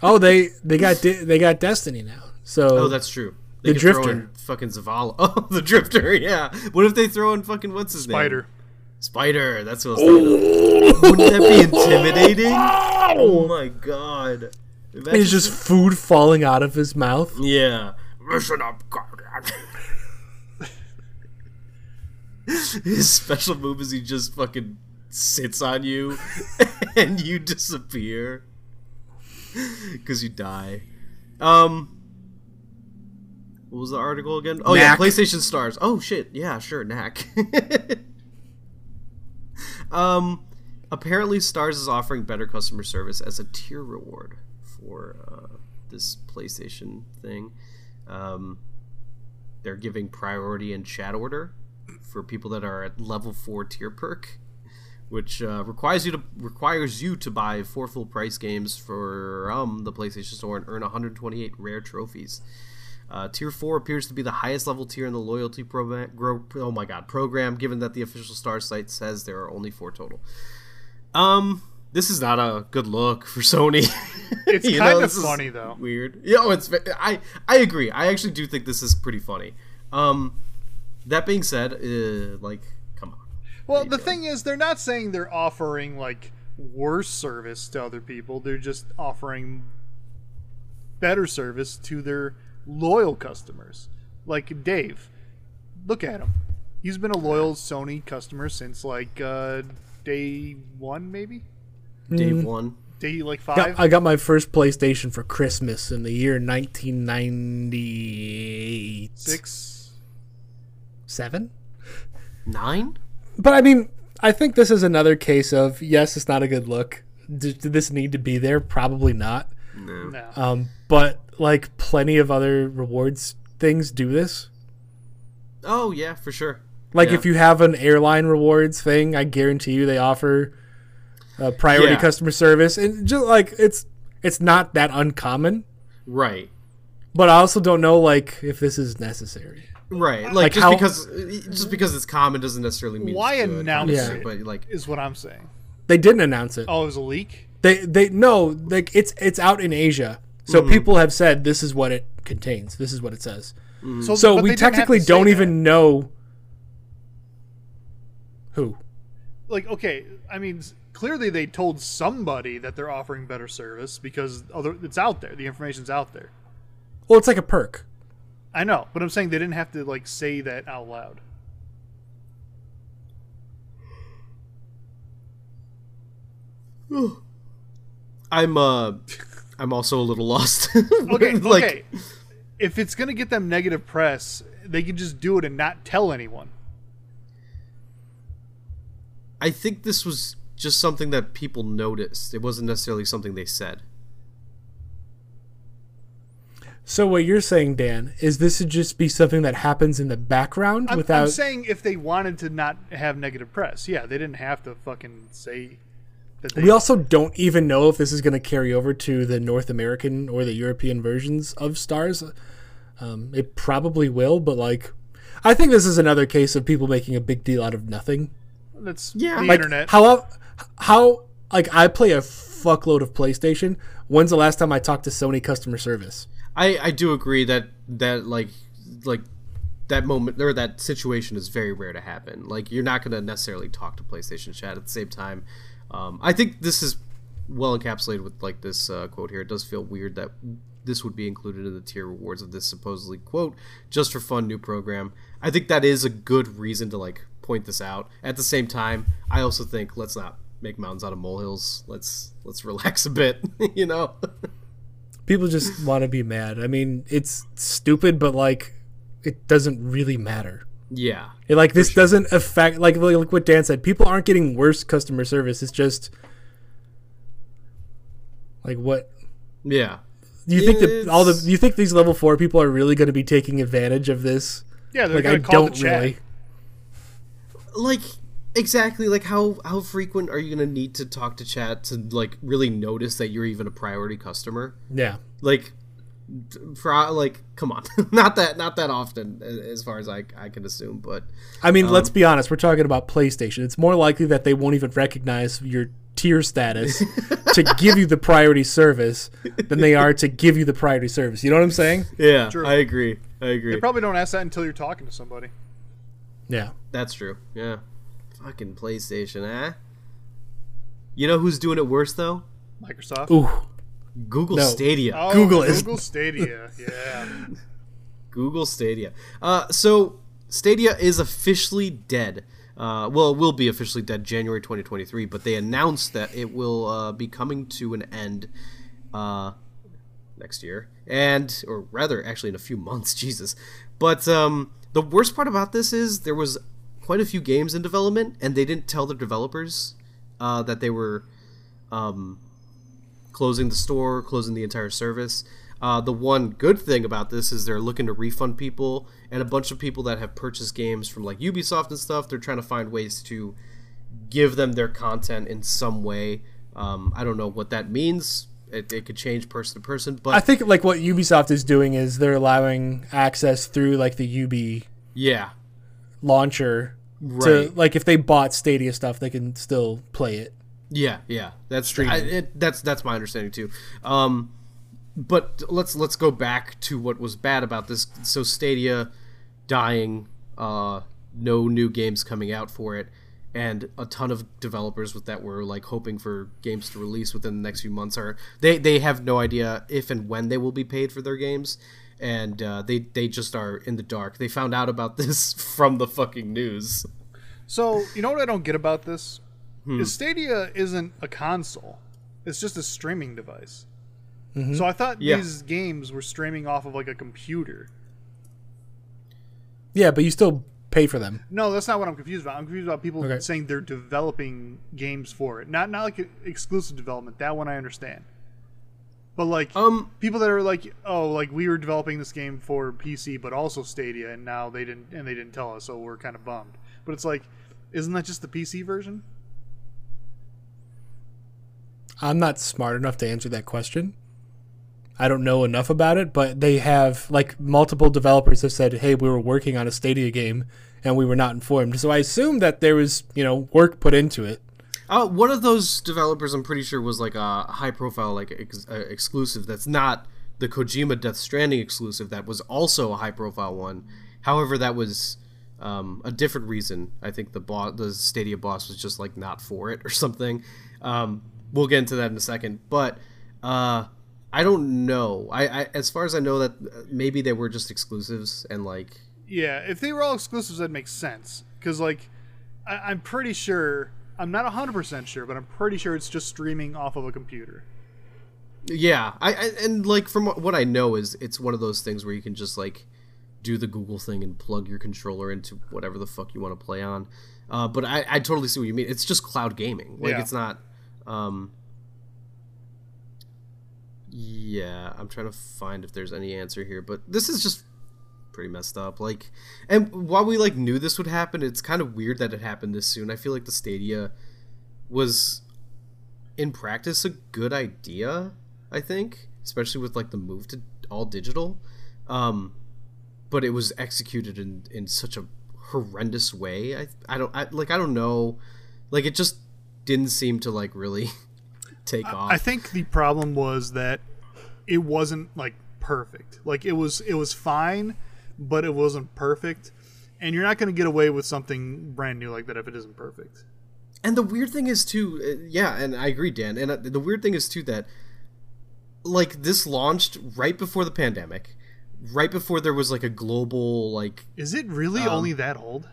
S4: Oh, they they got De- they got Destiny now. So
S2: Oh, that's true. They
S4: The
S2: could throw
S4: Drifter.
S2: in fucking Zavala. Oh, the Drifter. Yeah. What if they throw in fucking what's his name?
S3: Spider.
S2: Spider. Spider. That's what I was thinking. of. Wouldn't that be intimidating? Oh my god. Imagine-
S4: it's just food falling out of his mouth.
S2: yeah. Listen up, Guardian. His special move is he just fucking sits on you and you disappear because you die. Um, what was the article again? Oh yeah,
S4: Knack.
S2: PlayStation Stars. Oh shit, yeah, sure, Knack. um, apparently Stars is offering better customer service as a tier reward for uh, this PlayStation thing. Um, they're giving priority in chat order for people that are at level four tier perk, which uh, requires you to requires you to buy four full price games for um, the PlayStation Store and earn 128 rare trophies. Uh, tier four appears to be the highest level tier in the loyalty program. Gro- oh my god, program! Given that the official Star site says there are only four total. Um, this is not a good look for Sony.
S3: It's
S2: You know,
S3: kind of
S2: this is-
S3: funny though.
S2: weird. Yeah, oh, it's I I agree. I actually do think this is pretty funny. Um, that being said, uh, like, come on.
S3: Well, the thing is, they're not saying they're offering like worse service to other people. They're just offering better service to their loyal customers. Like Dave, look at him. He's been a loyal Sony customer since like uh, day one, maybe
S2: Day
S1: Mm.
S2: one.
S3: day like
S1: Got-
S3: five.
S1: I got my first PlayStation for Christmas in the year 1998.
S3: Six.
S1: Seven?
S2: Nine?
S1: But I mean, I think this is another case of yes, it's not a good look. Did, did this need to be there? Probably not.
S2: No.
S3: No.
S1: Um, but like plenty of other rewards things do this.
S2: Oh, yeah, for sure.
S1: Like
S2: Yeah.
S1: if you have an airline rewards thing, I guarantee you they offer uh, priority
S2: Yeah.
S1: customer service. And just like it's it's not that uncommon.
S2: Right.
S1: But I also don't know like if this is necessary.
S2: Right. Like,
S1: Like
S2: just
S1: how-
S2: because just because it's common doesn't necessily mean
S3: Why
S2: it's good,
S3: announce
S2: honestly,
S1: it?
S2: But like
S3: is what I'm saying.
S1: They didn't announce it.
S3: Oh, it was a leak.
S1: They they no, like it's it's out in Asia. So
S3: Mm-hmm.
S1: people have said this is what it contains. This is what it says. Mm-hmm. So
S3: but
S1: we
S3: they didn't have to
S1: technically
S3: say
S1: don't
S3: that.
S1: even know who.
S3: like okay. I mean, s- clearly they told somebody that they're offering better service because other it's out there. The information's out there.
S1: Well, it's like a perk.
S3: I know, but I'm saying they didn't have to like say that out loud.
S2: I'm uh I'm also a little lost.
S3: Okay,
S2: like
S3: okay. If it's gonna get them negative press, they can just do it and not tell anyone.
S2: I think this was just something that people noticed. It wasn't necessarily something they said.
S1: So what you're saying, Dan, is this should just be something that happens in the background
S3: I'm,
S1: without
S3: I'm saying if they wanted to not have negative press, yeah, they didn't have to fucking say that they.
S1: we also don't even know if this is going to carry over to the North American or the European versions of Stars. Um, it probably will, but like, I think this is another case of people making a big deal out of nothing.
S3: that's
S2: Yeah.
S3: the
S2: Like,
S3: internet.
S1: How how like I play a fuckload of PlayStation. When's the last time I talked to Sony customer service?
S2: I I do agree that that like like that moment or that situation is very rare to happen. Like you're not going to necessarily talk to PlayStation chat at the same time. Um, I think this is well encapsulated with like this uh, quote here. It does feel weird that this would be included in the tier rewards of this supposedly quote just for fun new program. I think that is a good reason to like point this out. At the same time, I also think let's not make mountains out of molehills. Let's let's relax a bit, you know.
S1: People just want to be mad. I mean, it's stupid, but like, it doesn't really matter.
S2: yeah.
S1: And, like this doesn't affect like like like what Dan said. People aren't getting worse customer service. It's just like what
S2: Yeah.
S1: do you think that all the
S2: It's-
S1: do you think these level four people are really going to be taking advantage of this?
S3: yeah, they're
S1: Like
S3: gonna
S1: I
S3: call
S1: don't
S3: the chat.
S1: really.
S2: like exactly like how how frequent are you going to need to talk to chat to like really notice that you're even a priority customer
S1: Yeah,
S2: like d- pro- like come on not that not that often a- as far as i i can assume but
S1: I mean,
S3: Um,
S1: let's be honest. We're talking about PlayStation. It's more likely that they won't even recognize your tier status to give you the priority service than they are to give you the priority service. You know what I'm saying?
S2: yeah i agree i agree
S3: They probably don't ask that until you're talking to somebody.
S1: Yeah.
S2: that's true yeah fucking playstation eh you know who's doing it worse though
S3: Microsoft.
S1: Ooh.
S2: google
S1: No.
S2: stadia
S3: Oh,
S1: Google is-
S3: Google Stadia. Yeah.
S2: Google Stadia. Uh, so Stadia is officially dead. Uh, well, it will be officially dead January 2023, but they announced that it will uh, be coming to an end uh, next year, and or rather, actually in a few months. Jesus. But um, the worst part about this is there was quite a few games in development, and they didn't tell their developers uh, that they were um, closing the store, closing the entire service. Uh, the one good thing about this is they're looking to refund people, and a bunch of people that have purchased games from like Ubisoft and stuff, they're trying to find ways to give them their content in some way. Um, I don't know what that means. It, it could change person to person, but
S1: I think like what Ubisoft is doing is they're allowing access through like the UB
S2: yeah,
S1: launcher to
S2: Right.
S1: like if they bought Stadia stuff, they can still play it.
S2: Yeah, yeah, that's true. It, that's that's my understanding too. Um, but let's let's go back to what was bad about this. So Stadia dying, uh, no new games coming out for it, and a ton of developers with that were like hoping for games to release within the next few months are they they have no idea if and when they will be paid for their games. And uh, they they just are in the dark. They found out about this from the fucking news.
S3: So you know what I don't get about this?
S2: Hmm.
S3: is Stadia isn't a console; it's just a streaming device.
S1: Mhm.
S3: So I thought
S2: Mm-hmm. Yeah.
S3: these games were streaming off of like a computer.
S1: Yeah, but you still pay for them.
S3: No, that's not what I'm confused about. I'm confused about people
S1: Okay.
S3: saying they're developing games for it. Not not like exclusive development. That one I understand. But like
S2: Um,
S3: people that are like, oh, like we were developing this game for PC, but also Stadia, and now they didn't and they didn't tell us, so we're kind of bummed. But it's like, isn't that just the PC version?
S1: I'm not smart enough to answer that question. I don't know enough about it, but they have like multiple developers have said, "Hey, we were working on a Stadia game and we were not informed." So I assume that there was, you know, work put into it.
S2: uh, one of those developers, I'm pretty sure, was like a high profile, like ex- uh, exclusive. That's not the Kojima Death Stranding exclusive. That was also a high profile one. However, that was um, a different reason. I think the boss, the Stadia boss, was just like not for it or something. Um, we'll get into that in a second, but. Uh, I don't know. I, I as far as I know that uh, maybe they were just exclusives and like
S3: Yeah, if they were all exclusives, that makes sense. Because like, I, I'm pretty sure. I'm not 100% sure, but I'm pretty sure it's just streaming off of a computer.
S2: Yeah, I, I and like from what I know is it's one of those things where you can just like do the Google thing and plug your controller into whatever the fuck you want to play on. Uh, but I, I totally see what you mean. It's just cloud gaming. Like
S3: Yeah.
S2: it's not. Um, yeah, I'm trying to find if there's any answer here, but this is just pretty messed up. Like, and while we like knew this would happen, it's kind of weird that it happened this soon. I feel like the Stadia was in practice a good idea i think especially with like the move to all digital um but it was executed in in such a horrendous way i i don't I, like i don't know like it just didn't seem to like really take off
S3: I think the problem was that it wasn't like perfect. Like it was it was fine, but it wasn't perfect. And you're not going to get away with something brand new like that if it isn't perfect.
S2: and the weird thing is too uh, yeah and i agree dan and uh, the weird thing is too that like this launched right before the pandemic right before there was like a global like
S3: Is it really only that old?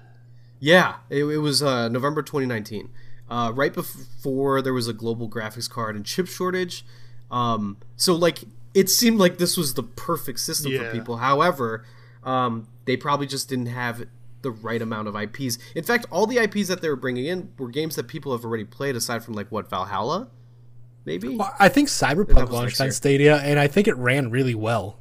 S2: Yeah, it, it was uh, November 2019, uh, right before there was a global graphics card and chip shortage. Um, so like it seemed like this was the perfect system
S3: Yeah.
S2: for people. However, um, they probably just didn't have the right amount of IPs. In fact, all the IPs that they were bringing in were games that people have already played, aside from like what Valhalla, maybe.
S1: Well, I think
S2: That
S1: Cyberpunk
S2: was
S1: launched
S2: next
S1: on
S2: year.
S1: Stadia and I think it ran really well.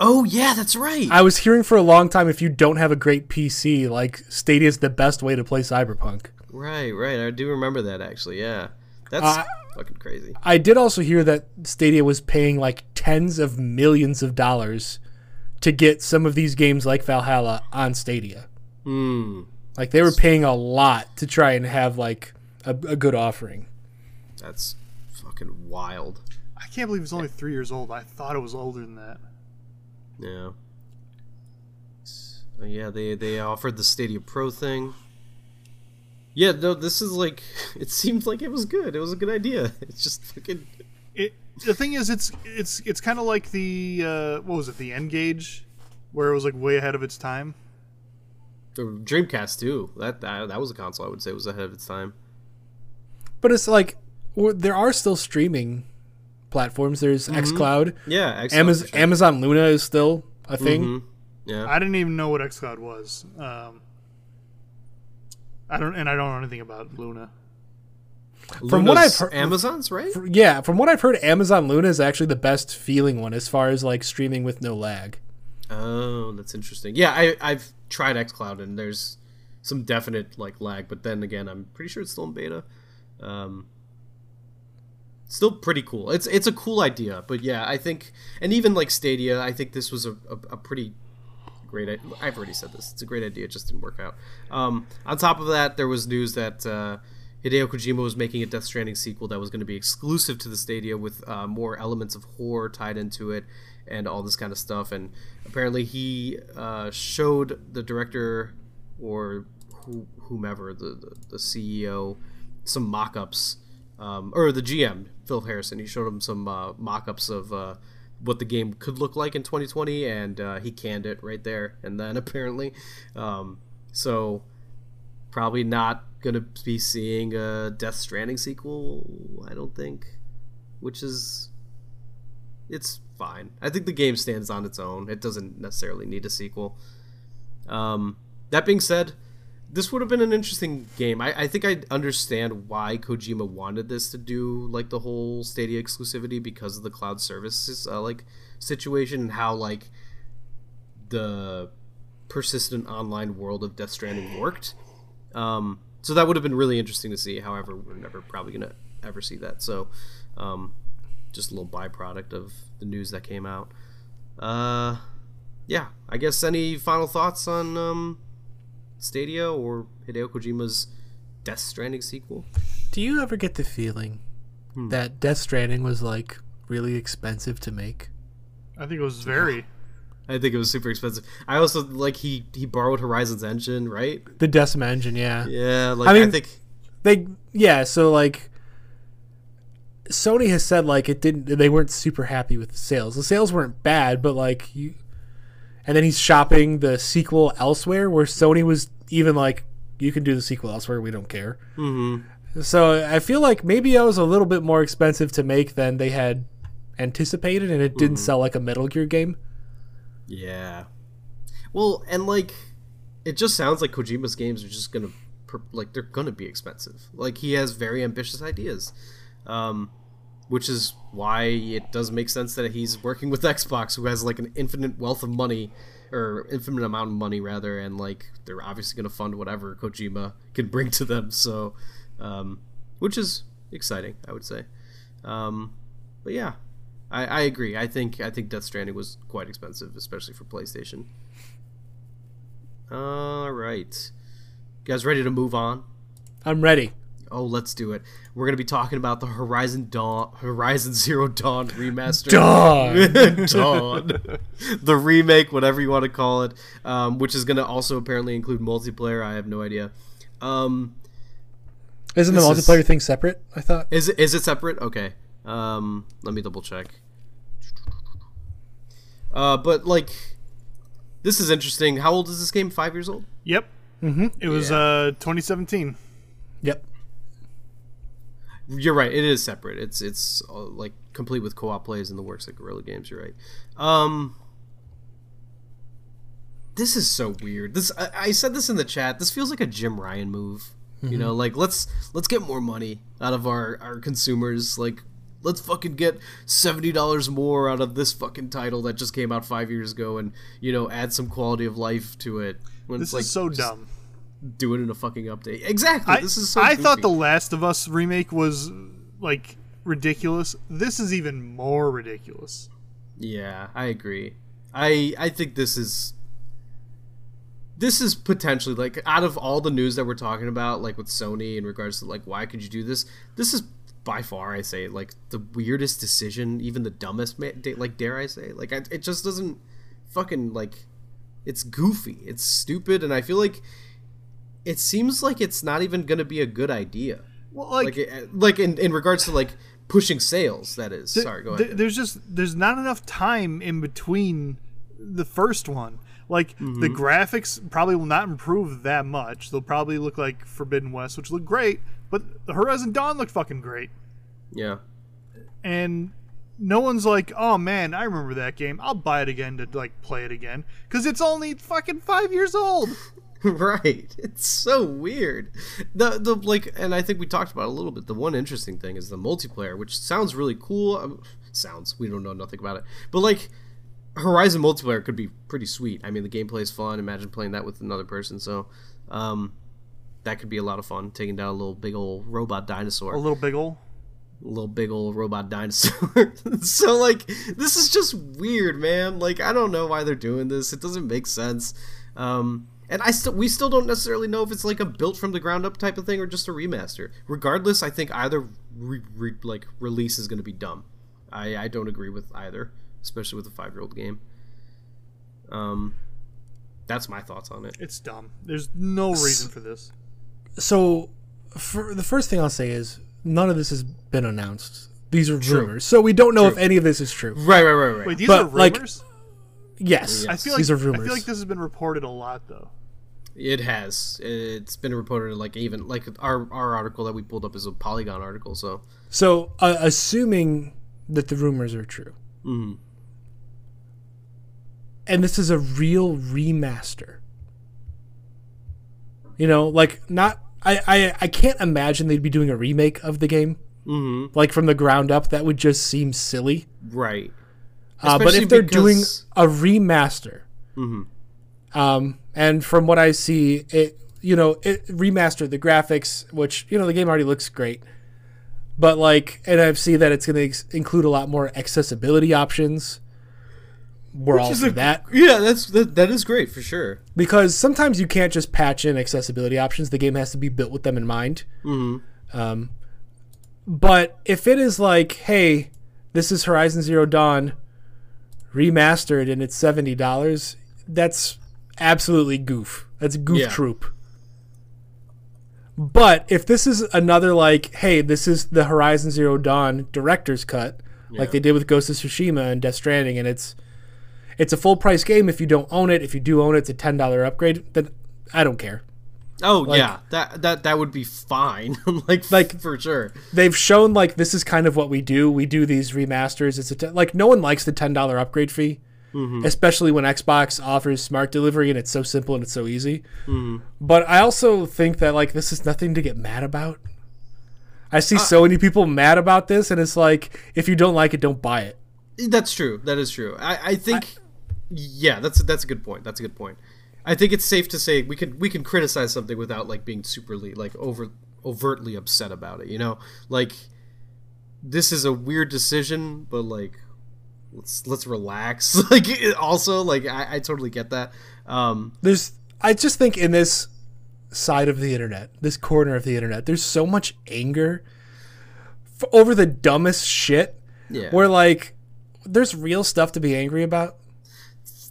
S2: Oh yeah, that's right.
S1: I was hearing for a long time if you don't have a great PC, like Stadia is the best way to play Cyberpunk.
S2: right, right. I do remember that actually. Yeah, that's
S1: Uh,
S2: fucking crazy.
S1: I did also hear that Stadia was paying like tens of millions of dollars to get some of these games like Valhalla on Stadia.
S2: Hmm.
S1: Like they were paying a lot to try and have like a, a good offering.
S2: that's fucking wild.
S3: I can't believe it's only 3 years old. I thought it was older than that.
S2: Yeah. Uh, Yeah, they they offered the Stadia Pro thing. Yeah, no, this is like it seemed like it was good. It was a good idea. It's just fucking
S3: It the thing is it's it's it's kind of like the uh, what was it? The N gauge where it was like way ahead of its time.
S2: the Dreamcast too. That, that that was a console I would say was ahead of its time.
S1: But it's like w- there are still streaming platforms. There's XCloud,
S2: Yeah, excellent,
S1: Amazon,
S2: for sure.
S1: Amazon Luna is still a thing.
S2: Mhm. Yeah.
S3: I didn't even know what XCloud was. Um, I don't and I don't know anything about Luna.
S1: From what I've
S2: Luna's
S1: heard-
S2: Amazon's right?
S1: F- Yeah, from what I've heard, Amazon Luna is actually the best feeling one as far as like streaming with no lag.
S2: Oh, that's interesting. Yeah, I I've tried XCloud and there's some definite like lag, but then again, I'm pretty sure it's still in beta. Um, still pretty cool. It's it's a cool idea, but yeah, I think and even like Stadia, I think this was a, a, a pretty great. i- I've already said this. It's a great idea. It just didn't work out. Um, on top of that, there was news that uh, Hideo Kojima was making a Death Stranding sequel that was going to be exclusive to the Stadia with uh, more elements of horror tied into it and all this kind of stuff. And apparently, he uh, showed the director or who, whomever the, the the CEO some mock-ups um, or the GM Phil Harrison. He showed him some uh, mock-ups of uh, what the game could look like in 2020, and uh, he canned it right there and then apparently. Um, so probably not gonna be seeing a Death Stranding sequel. I don't think, which is it's fine. I think the game stands on its own. It doesn't necessarily need a sequel. Um, that being said, this would have been an interesting game. I, I think I understand why Kojima wanted this to do like the whole Stadia exclusivity because of the cloud services uh, like situation and how like the persistent online world of Death Stranding worked. Um, so that would have been really interesting to see. However, we're never probably gonna ever see that. So, um, just a little byproduct of the news that came out. Uh, yeah, I guess any final thoughts on um, Stadia or Hideo Kojima's Death Stranding sequel?
S1: Do you ever get the feeling that Death Stranding was like really expensive to make?
S3: I think it was very.
S2: I think it was super expensive. I also like he he borrowed Horizon's engine, right?
S1: The Decima engine, yeah.
S2: Yeah, like
S1: I
S2: I,
S1: mean-
S2: think
S1: They yeah, so like Sony has said like it didn't they weren't super happy with the sales. The sales weren't bad, but like you and then he's shopping the sequel elsewhere where Sony was even like you can do the sequel elsewhere, we don't care.
S2: mhm.
S1: So I feel like maybe I was a little bit more expensive to make than they had anticipated and it didn't
S2: Mm-hmm.
S1: sell like a Metal Gear game.
S2: Yeah. Well, and like, it just sounds like Kojima's games are just gonna, per- like, they're gonna be expensive. Like, he has very ambitious ideas, um, which is why it does make sense that he's working with Xbox, who has like an infinite wealth of money, or infinite amount of money rather, and like, they're obviously gonna fund whatever Kojima can bring to them. So, um, which is exciting, I would say. Um, but yeah, I, I agree. I think I think Death Stranding was quite expensive, especially for PlayStation. All right, you guys, ready to move on?
S1: I'm ready.
S2: Oh, let's do it. We're gonna be talking about the Horizon Dawn, Horizon Zero Dawn remaster.
S1: Dog.
S2: Dawn. the remake, whatever you want to call it, um, which is gonna also apparently include multiplayer. I have no idea. Um,
S1: Isn't the
S2: This is-
S1: multiplayer thing separate? I thought.
S2: Is it, is it separate? Okay. Um, let me double check. Uh, but like, this is interesting. How old is this game? Five years old?
S3: Yep. Mm-hmm. It was
S2: Yeah.
S3: uh 2017.
S1: Yep.
S2: You're right. It is separate. It's it's uh, like complete with co-op plays in the works like Guerrilla Games. You're right. Um, this is so weird. This I, I said this in the chat. This feels like a Jim Ryan move. You
S3: Mm-hmm.
S2: know, like let's let's get more money out of our our consumers. Like let's fucking get seventy dollars more out of this fucking title that just came out five years ago, and you know add some quality of life to it. When
S3: This
S2: it's like
S3: is so
S2: just
S3: dumb.
S2: Do it in a fucking update. Exactly.
S3: I,
S2: this is so.
S3: I thought
S2: goofy.
S3: the Last of Us remake was like ridiculous. This is even more ridiculous.
S2: Yeah, I agree. I I think this is this is potentially like out of all the news that we're talking about, like with Sony in regards to like why could you do this? This is by far, I say, like the weirdest decision, even the dumbest, ma- da- like dare I say, like I, it just doesn't fucking like it's goofy, it's stupid, and I feel like it seems like it's not even gonna be a good idea.
S3: Well,
S2: Like it, like in in regards to like pushing sales, that is.
S3: th-
S2: Sorry, go
S3: th-
S2: ahead.
S3: there's just there's not enough time in between the first one. Like
S1: Mm-hmm.
S3: the graphics probably will not improve that much. They'll probably look like Forbidden West, which looked great, but Horizon Dawn looked fucking great.
S2: yeah.
S3: And no one's like, "Oh man, I remember that game. I'll buy it again to like play it again cuz it's only fucking 5 years old."
S2: right it's so weird the the like and i think we talked about it a little bit the one interesting thing is the multiplayer which sounds really cool um, sounds we don't know nothing about it but like horizon multiplayer could be pretty sweet i mean the gameplay is fun imagine playing that with another person so um that could be a lot of fun taking down a little big old robot dinosaur
S3: A little big ol'
S2: little big old robot dinosaur. so like this is just weird, man. Like I don't know why they're doing this. It doesn't make sense. Um and I still we still don't necessarily know if it's like a built from the ground up type of thing or just a remaster. Regardless, I think either re- re- like release is going to be dumb. I I don't agree with either, especially with a 5-year-old game. Um that's my thoughts on it.
S3: It's dumb. There's no reason for this.
S1: So, for the first thing I'll say is none of this has been announced. These are
S2: True.
S1: rumors, so we don't know if any of this is true.
S2: Right, right, right, right.
S3: Wait, these
S1: But,
S3: are
S1: like,
S3: rumors?
S1: Yes,
S3: I feel like
S1: these are
S3: I
S1: rumors.
S3: feel like this has been reported a lot though.
S2: It has. It's been reported like even like our our article that we pulled up is a Polygon article. So
S1: So, uh, assuming that the rumors are true,
S3: Mm-hmm.
S2: Mhm.
S1: and this is a real remaster, you know, like not. I, I, I can't imagine they'd be doing a remake of the game,
S2: hmm
S3: Mm-hmm.
S1: like from the ground up. That would just seem silly.
S2: right.
S1: Uh, but
S2: Especially
S1: if they're doing
S2: because- Mm-hmm.
S1: a remaster, um, and from what I see, it you know it remastered the graphics, which you know the game already looks great, but like, and I see that it's going to ex- include a lot more accessibility options. We're all
S2: is
S1: for
S2: a-
S1: that
S2: Yeah, that's that, that is great for sure.
S1: because sometimes you can't just patch in accessibility options. The game has to be built with them in mind. Um, but if it is like, hey, this is Horizon Zero Dawn remastered and it's seventy dollars, that's absolutely goof. That's goof
S2: Yeah.
S1: troop. But if this is another like, hey, this is the Horizon Zero Dawn director's cut, like they did with Ghost of Tsushima and Death Stranding, and it's it's a full price game if you don't own it. If you do own it, it's a ten dollar upgrade. Then I don't care.
S2: Oh yeah, that that that would be fine. like
S1: Like-
S2: like for sure.
S1: They've shown like this is kind of what we do. We do these remasters. It's a ten- like no one likes the ten dollar upgrade fee, especially when Xbox offers smart delivery and it's so simple and it's so easy. But I also think that like this is nothing to get mad about. I see so many people mad about this, and it's like if you don't like it, don't buy it.
S2: That's true. That is true. I, I think, yeah, that's that's a good point. That's a good point. I think it's safe to say we can we can criticize something without like being superly like over overtly upset about it. You know, like this is a weird decision, but like let's let's relax. like it, also, like I, I totally get that. Um,
S1: there's I just think in this side of the internet, this corner of the internet, there's so much anger f- over the dumbest shit.
S2: yeah,
S1: Where like there's real stuff to be angry about.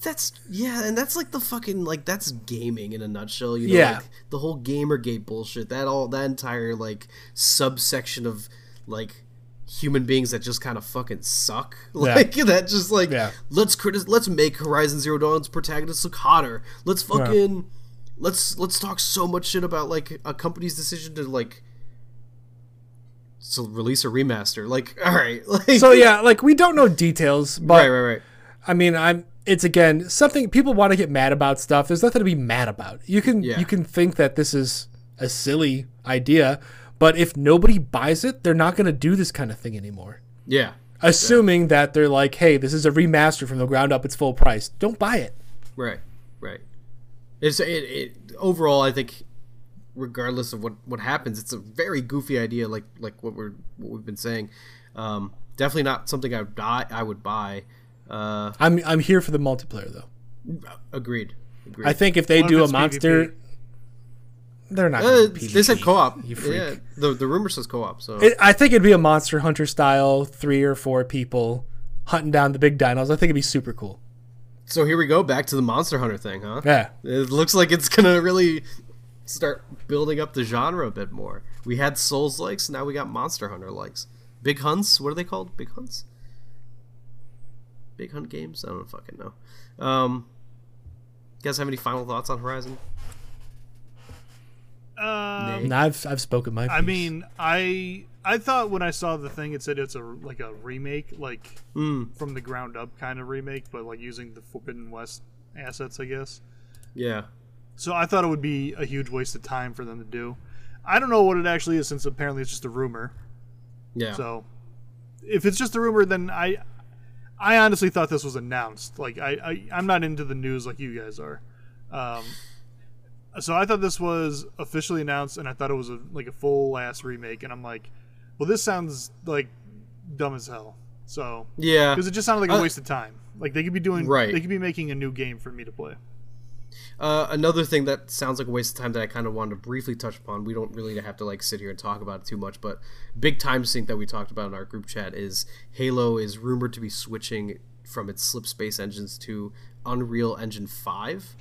S2: that's yeah, and that's like the fucking like that's gaming in a nutshell. You know,
S1: Yeah.
S2: like, the whole GamerGate bullshit. That all that entire like subsection of like human beings that just kind of fucking suck. Like that just like
S1: Yeah.
S2: let's critic let's make Horizon Zero Dawn's protagonist look hotter. Let's fucking let's let's talk so much shit about like a company's decision to like. So release a remaster, like all right, like
S1: So yeah, like we don't know details, but
S2: right, right, right.
S1: I mean, I'm it's again something people want to get mad about stuff. There's nothing to be mad about. You can
S2: Yeah.
S1: you can think that this is a silly idea, but if nobody buys it, they're not going to do this kind of thing anymore.
S2: Yeah,
S1: Assuming that they're like, "Hey, this is a remaster from the ground up. It's full price. Don't buy it."
S2: Right, right. It's it, it overall. I think, regardless of what what happens, it's a very goofy idea. Like like what we're what we've been saying. Um, definitely not something I would buy. I would buy. Uh,
S1: I'm I'm here for the multiplayer though.
S2: agreed. agreed.
S1: I think if they
S3: What
S1: do
S3: if
S1: a
S3: it's
S1: monster,
S3: PvP?
S1: they're not.
S2: uh,
S1: gonna be
S2: they said
S1: PvP.
S2: co-op.
S1: You freak.
S2: Yeah, the the rumor says co-op. So
S1: It, I think it'd be a Monster Hunter style, three or four people hunting down the big dinos. I think it'd be super cool.
S2: so here we go back to the Monster Hunter thing, huh?
S1: Yeah,
S2: It looks like it's gonna really start building up the genre a bit more. We had Souls likes, now we got Monster Hunter likes. Big hunts, what are they called? Big hunts? Big hunt games? I don't fucking know. Um, you guys have any final thoughts on Horizon?
S3: Um,
S1: and I've I've spoken my.
S3: I
S1: piece.
S3: mean, I I thought when I saw the thing, it said it's a like a remake, like
S2: Mm,
S3: from the ground up kind of remake, but like using the Forbidden West assets, I guess.
S2: yeah.
S3: So I thought it would be a huge waste of time for them to do. I don't know what it actually is, since apparently it's just a rumor.
S2: Yeah.
S3: So if it's just a rumor, then I I honestly thought this was announced. Like I, I I'm not into the news like you guys are. Um, so I thought this was officially announced, and I thought it was a, like a full ass remake. And I'm like, well, this sounds like dumb as hell. So
S2: yeah.
S3: because it just sounded like a
S2: Uh,
S3: waste of time. Like they could be doing,
S2: Right.
S3: They could be making a new game for me to play.
S2: Uh, another thing that sounds like a waste of time that I kind of wanted to briefly touch upon. We don't really have to like sit here and talk about it too much, but big time sync that we talked about in our group chat is Halo is rumored to be switching from its slip space engines to Unreal Engine Five,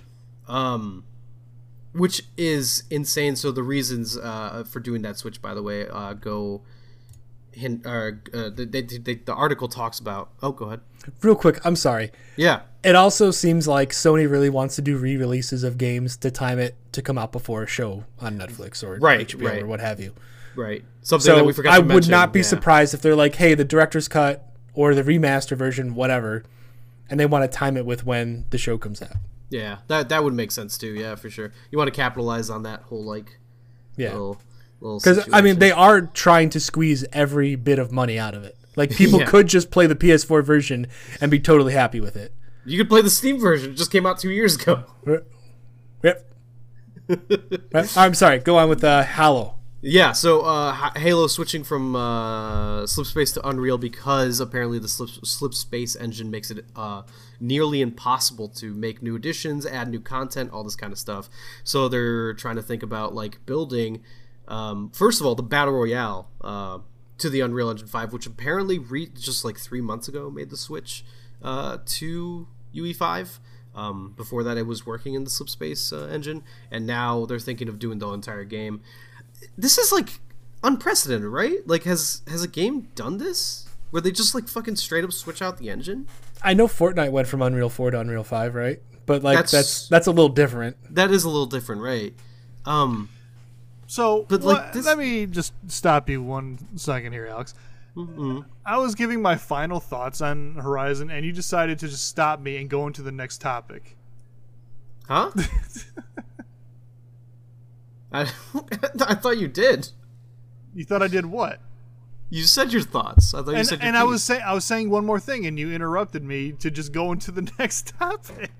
S2: um, which is insane. So the reasons uh, for doing that switch, by the way, uh, go hin- or, uh, they, they, they, the article talks about. Oh, go ahead.
S1: Real quick, I'm sorry.
S2: Yeah,
S1: It also seems like Sony really wants to do re-releases of games to time it to come out before a show on Netflix or
S2: Right,
S1: HBO
S2: right.
S1: or what have you.
S2: right. Something
S1: So
S2: that we forgot.
S1: I
S2: to
S1: would
S2: mention.
S1: not be
S2: Yeah.
S1: surprised if they're like, "Hey, the director's cut or the remaster version, whatever," and they want to time it with when the show comes out.
S2: Yeah, that that would make sense too. Yeah, for sure. You want to capitalize on that whole like
S1: Yeah,
S2: little little.
S1: because I mean
S2: situation.
S1: they are trying to squeeze every bit of money out of it. Like people
S2: Yeah.
S1: could just play the PS4 version and be totally happy with it.
S2: you could play the Steam version. It just came out two years ago.
S1: Yep. Right, I'm sorry. Go on with uh, Halo.
S2: Yeah, so uh, Ha- Halo switching from uh, Slipspace to Unreal because apparently the slip, Slipspace engine makes it uh, nearly impossible to make new additions, add new content, all this kind of stuff. So they're trying to think about like building, um, first of all, the battle royale uh, to the Unreal Engine five, which apparently re- just like three months ago made the switch uh, to UE five. Um, before that, it was working in the Slipspace uh, engine, and now they're thinking of doing the entire game this is like unprecedented, right? Like has has a game done this? Where they just like fucking straight up switch out the engine?
S1: I know Fortnite went from Unreal 4 to Unreal 5, right? But like
S2: That's-
S1: that's that's, a little different.
S2: That is a little different, right? Um
S3: So,
S2: But, like,
S3: wha-
S2: this-
S3: let me just stop you one second here, Alex.
S2: Mm-hmm.
S3: I was giving my final thoughts on Horizon, and you decided to just stop me and go into the next topic.
S2: huh? I, I thought you did.
S3: You thought I did what?
S2: You said your thoughts. I thought you
S3: And,
S2: said your
S3: and I
S2: piece.
S3: was saying I was saying one more thing, and you interrupted me to just go into the next topic.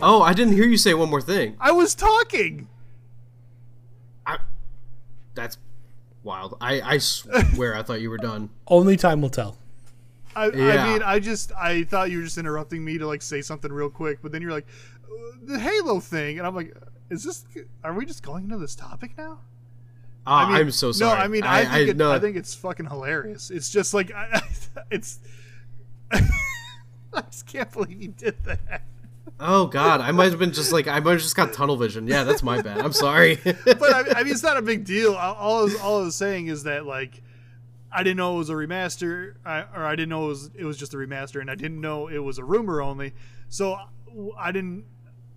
S2: Oh, I didn't hear you say one more thing.
S3: I was talking.
S2: I, that's wild. I I swear I thought you were done.
S1: Only time will tell.
S3: I,
S2: Yeah.
S3: I mean, I just I thought you were just interrupting me to like say something real quick, but then you're like "Uh, the Halo thing, and I'm like, is this? Are we just going into this topic now?
S2: Ah,
S3: I mean,
S2: I'm so sorry.
S3: No, I mean, I, think, it,
S2: no,
S3: I think it's fucking hilarious. It's just like, I, it's. I just can't believe you did that.
S2: Oh god, I might have been just like I might have just got tunnel vision. Yeah, that's my bad. I'm sorry.
S3: But I, I mean, it's not a big deal. All- All I was, all I was saying is that, like, I didn't know it was a remaster, I, or I didn't know it was, it was just a remaster, and I didn't know it was a rumor only. So I didn't.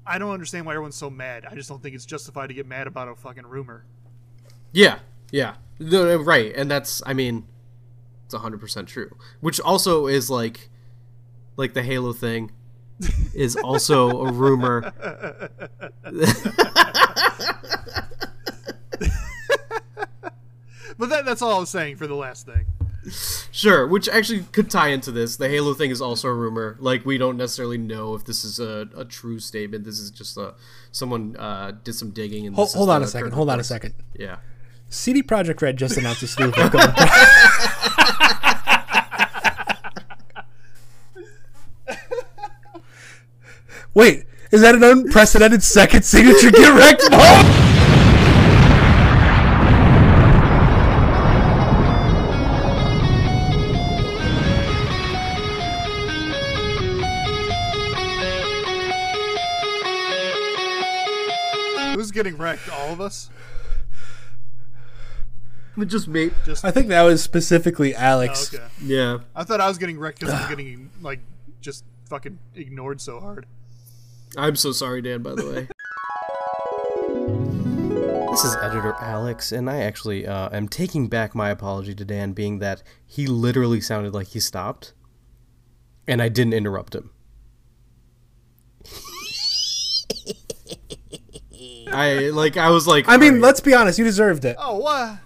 S3: I don't understand why everyone's so mad. I just don't think it's justified to get mad about a fucking rumor.
S2: Yeah, yeah, No, no, right, and that's I mean, it's hundred percent true. Which also is like, like the Halo thing, is also a rumor.
S3: But that, that's all I was saying for the last thing.
S2: Sure, which actually could tie into this. The Halo thing is also a rumor. Like we don't necessarily know if this is a, a true statement. This is just a someone uh, did some digging. And
S1: Hold,
S2: this is
S1: hold on
S2: the
S1: a second.
S2: current
S1: Hold on a
S2: reports.
S1: second.
S2: Yeah.
S1: CD Project Red just announced a slew of upcoming Wait, is that an unprecedented second signature get wrecked? Oh!
S3: Who's getting wrecked? All of us?
S2: It just made.
S3: Just
S1: I think that was specifically Alex.
S3: Oh, okay.
S2: Yeah.
S3: I thought I was getting wrecked because I was getting like just fucking ignored so hard.
S2: I'm so sorry, Dan, by the way. this is editor Alex, and I actually uh, am taking back my apology to Dan, being that he literally sounded like he stopped, and I didn't interrupt him. I like I was like
S1: I mean, let's be honest, you deserved it.
S3: Oh what?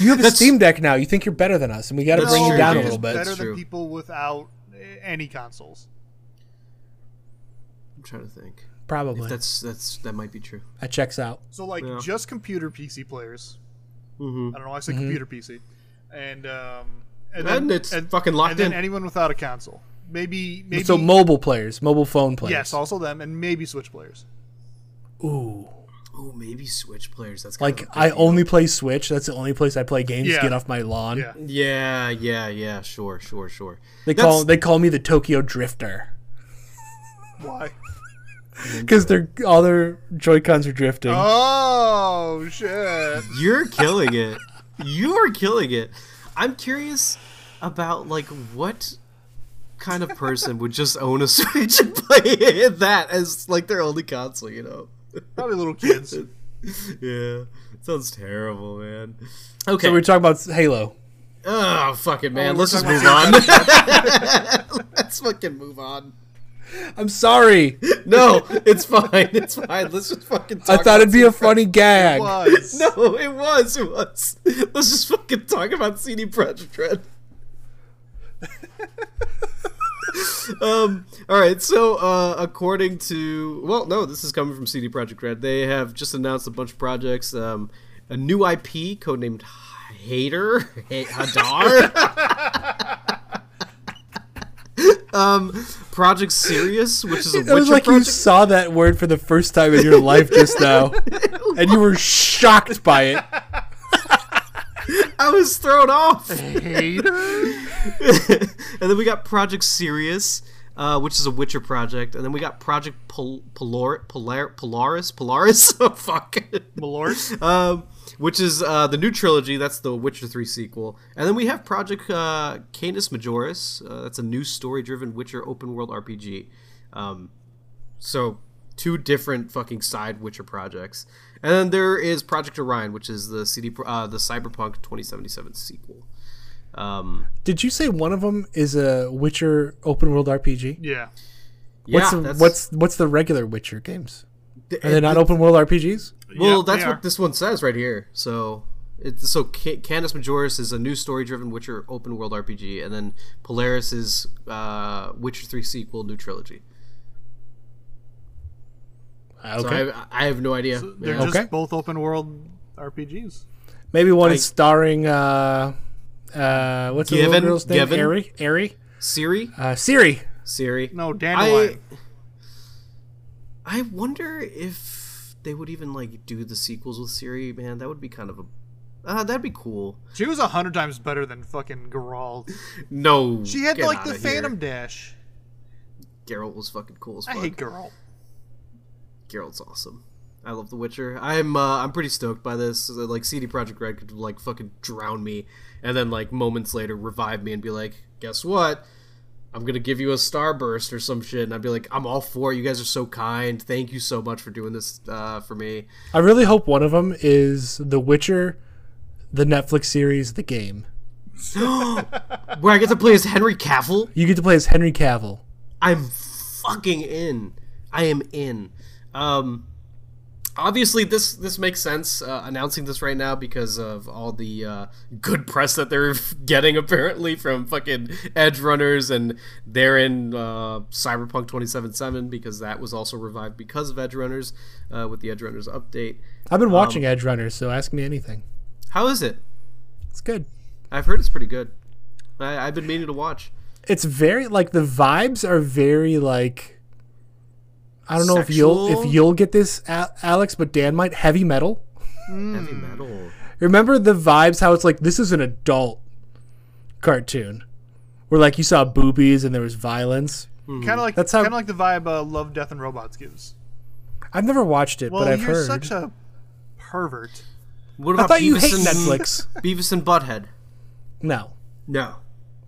S1: You have a Steam Deck now. You think you're better than us, and we got to
S2: That's
S1: bring you
S2: true,
S1: down a
S2: dude.
S1: little bit.
S3: oh, Better
S2: true.
S3: than people without uh, any consoles.
S2: I'm trying to think.
S1: Probably.
S2: That's that's that might be true.
S1: That checks out.
S3: So like
S2: Yeah.
S3: just computer PC players.
S2: Mm-hmm.
S3: I don't know. why I said
S1: Mm-hmm.
S3: computer PC, and um, and then
S2: And it's
S3: and,
S2: fucking locked
S3: and then
S2: in.
S3: anyone without a console. Maybe maybe
S1: So mobile players, mobile phone players.
S3: yes, also them, and maybe Switch players.
S1: Ooh.
S2: Oh, maybe Switch players. That's kind
S1: Like
S2: of a
S1: I
S2: big deal.
S1: only play Switch. That's the only place I play games.
S3: Yeah.
S1: Get off my lawn.
S3: Yeah.
S2: Yeah, yeah, yeah. Sure, sure, sure.
S1: They
S2: That's-
S1: call they call me the Tokyo Drifter
S3: Why?
S1: because their all their Joy Cons are drifting.
S3: Oh shit!
S2: You're killing it. you are killing it. I'm curious about like what kind of person would just own a Switch and play that as like their only console, you know?
S3: Probably little kids.
S2: yeah, sounds terrible, man. Okay.
S1: So we're talking about Halo.
S2: oh, fuck it, man.
S3: we're
S2: Let's just
S3: talking
S2: move on. Let's fucking move on.
S1: I'm sorry.
S2: No, it's fine. It's fine. Let's just fucking. Talk
S1: I thought it'd
S2: about
S1: be a funny gag.
S3: Was.
S2: No, it was. It was. Let's just fucking talk about CD Projekt Red. um. All right. So, uh, according to well, no, this is coming from CD Projekt Red. They have just announced a bunch of projects. Um, a new IP codenamed Hater Ha- Hadar. um, Project Sirius, which is a
S1: It was
S2: Witcher
S1: like you
S2: project.
S1: saw that word for the first time in your life just now, and you were shocked by it.
S2: I was thrown off.
S3: Hater?
S2: and then we got Project Sirius, uh, which is a Witcher project, and then we got Project Pol- Polor- Polar- Polaris, Polaris, oh fuck,
S3: Malort?
S2: um, which is uh, the new trilogy. That's the Witcher three sequel, and then we have Project uh, Canis Majoris. Uh, that's a new story-driven Witcher open world RPG. Um, so two different fucking side Witcher projects, and then there is Project Orion, which is the CD, pro- uh, the Cyberpunk 2077 sequel. Um,
S1: Did you say one of them is a Witcher open world RPG?
S2: yeah,
S3: Yeah.
S1: what's the,
S2: that's-
S1: what's what's the regular Witcher games? Are they
S2: it-
S1: not open world RPGs?
S2: Well,
S3: Yeah,
S2: that's
S3: they
S2: what
S3: are.
S2: this one says right here. So, it's, so Ca- Canis Majoris is a new story-driven Witcher open-world RPG, and then Polaris is uh, Witcher three sequel new trilogy.
S1: Ah, Okay.
S2: So I, I have no idea.
S3: They're
S2: Yeah.
S3: just
S1: Okay.
S3: both open world RPGs.
S1: Maybe one is starring uh uh what's the
S2: Given-
S1: little girl's name?
S2: Given?
S1: Ari? Ari?
S2: Siri,
S1: Uh Siri.
S2: Siri.
S3: No,
S2: I
S3: Dandelion.
S2: I wonder if they would even like do the sequels with Siri. Man, that would be kind of a uh, that'd be cool.
S3: She was a hundred times better than fucking Geralt.
S2: No,
S3: She had
S2: get
S3: like the
S2: outta here.
S3: Phantom Dash.
S2: Geralt was fucking cool as
S3: I
S2: fuck.
S3: hate Geralt.
S2: Geralt's awesome. I love The Witcher. I'm uh, I'm pretty stoked by this. Uh, Like CD Projekt Red could like fucking drown me, and then like moments later revive me and be like, guess what? I'm gonna give you a starburst or some shit, and I'd be like, I'm all for it. You guys are so kind. Thank you so much for doing this uh, for me.
S1: I really hope one of them is The Witcher, the Netflix series, the game.
S2: Where I get to play as Henry Cavill.
S1: You get to play as Henry Cavill.
S2: I'm fucking in. I am in. Um, obviously, this this makes sense uh, announcing this right now because of all the uh, good press that they're getting apparently from fucking Edge Runners, and they're in uh, Cyberpunk 2077 because that was also revived because of Edge Runners uh, with the Edge Runners update.
S1: I've been
S3: Um,
S1: watching Edge Runner, so ask me anything.
S2: How is it?
S1: It's good.
S2: I've heard it's pretty good. I, I've been meaning to watch.
S1: It's very like the vibes are very like I don't know if you'll
S2: Sexual?
S1: if you'll get this A- Alex, but Dan might heavy metal. Hmm.
S2: Heavy metal.
S1: Remember the vibes? How it's like this is an adult cartoon, where like you saw boobies and there was violence.
S2: Mm-hmm.
S3: Kind of like
S1: That's how-
S3: kind of like the vibe uh, Love, Death, and Robots gives.
S1: I've never watched it,
S3: Well,
S1: but I've
S3: you're
S1: heard.
S3: such a pervert.
S2: What
S1: I
S2: about
S1: thought you
S2: Beavis
S1: hate
S2: and
S1: Netflix.
S2: Beavis and Butthead.
S1: no,
S2: No.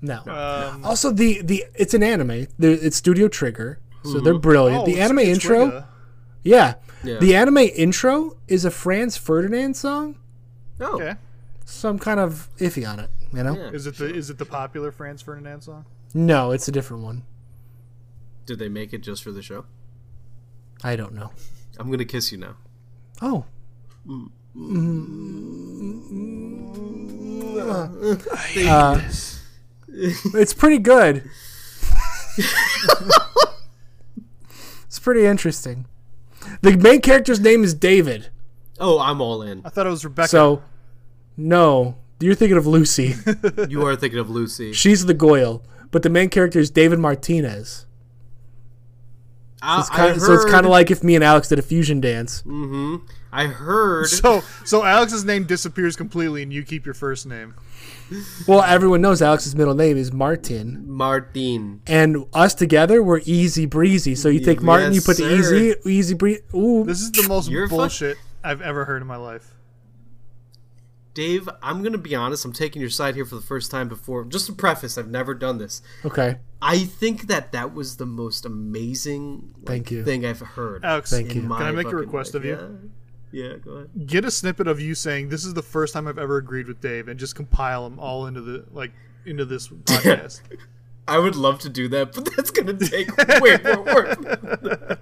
S1: no.
S3: Um,
S1: also, the the it's an anime. The, it's Studio Trigger, so they're brilliant.
S3: oh,
S1: the
S3: it's-
S1: anime
S3: it's
S1: intro,
S3: Wicca.
S1: yeah.
S2: Yeah.
S1: The anime intro is a Franz Ferdinand song,
S2: No.
S3: Okay.
S1: so I'm kind of iffy on it. You know?
S2: Yeah.
S3: Is it the is it the popular Franz Ferdinand song?
S1: No, it's a different one.
S2: Did they make it just for the show?
S1: I don't know.
S2: I'm gonna kiss you now.
S1: Oh, Uh, it's pretty good. it's pretty interesting. The main character's name is David.
S2: Oh, I'm all in.
S3: I thought it was Rebecca.
S1: So, no, you're thinking of Lucy.
S2: You are thinking of Lucy.
S1: She's the Goyle, but the main character is David Martinez.
S2: I,
S1: It's kind
S2: I
S1: of, so it's
S2: heard- Mm.
S1: kind of like if me and Alex did a fusion dance.
S2: I heard.
S3: so so Alex's name disappears completely, and you keep your first name.
S1: Well, everyone knows Alex's middle name is Martin,
S2: Martin.
S1: and us together we're easy breezy. So you take Martin, you
S2: Yes,
S1: put the
S2: sir.
S1: easy, easy breezy. Ooh,
S3: This is the most
S2: You're fuck-
S3: bullshit I've ever heard in my life.
S2: Dave, I'm gonna be honest. I'm taking your side here for the first time before. Just to preface, I've never done this.
S1: Okay.
S2: I think that that was the most amazing like,
S1: Thank you.
S2: thing I've heard.
S3: Alex,
S1: Thank you.
S2: in my
S3: Can I make a
S2: fucking
S3: request
S2: life.
S3: of you?
S2: Yeah. Yeah, go ahead.
S3: get a snippet of you saying this is the first time I've ever agreed with Dave, and just compile them all into the like into this podcast.
S2: I would love to do that, but that's gonna take way more work.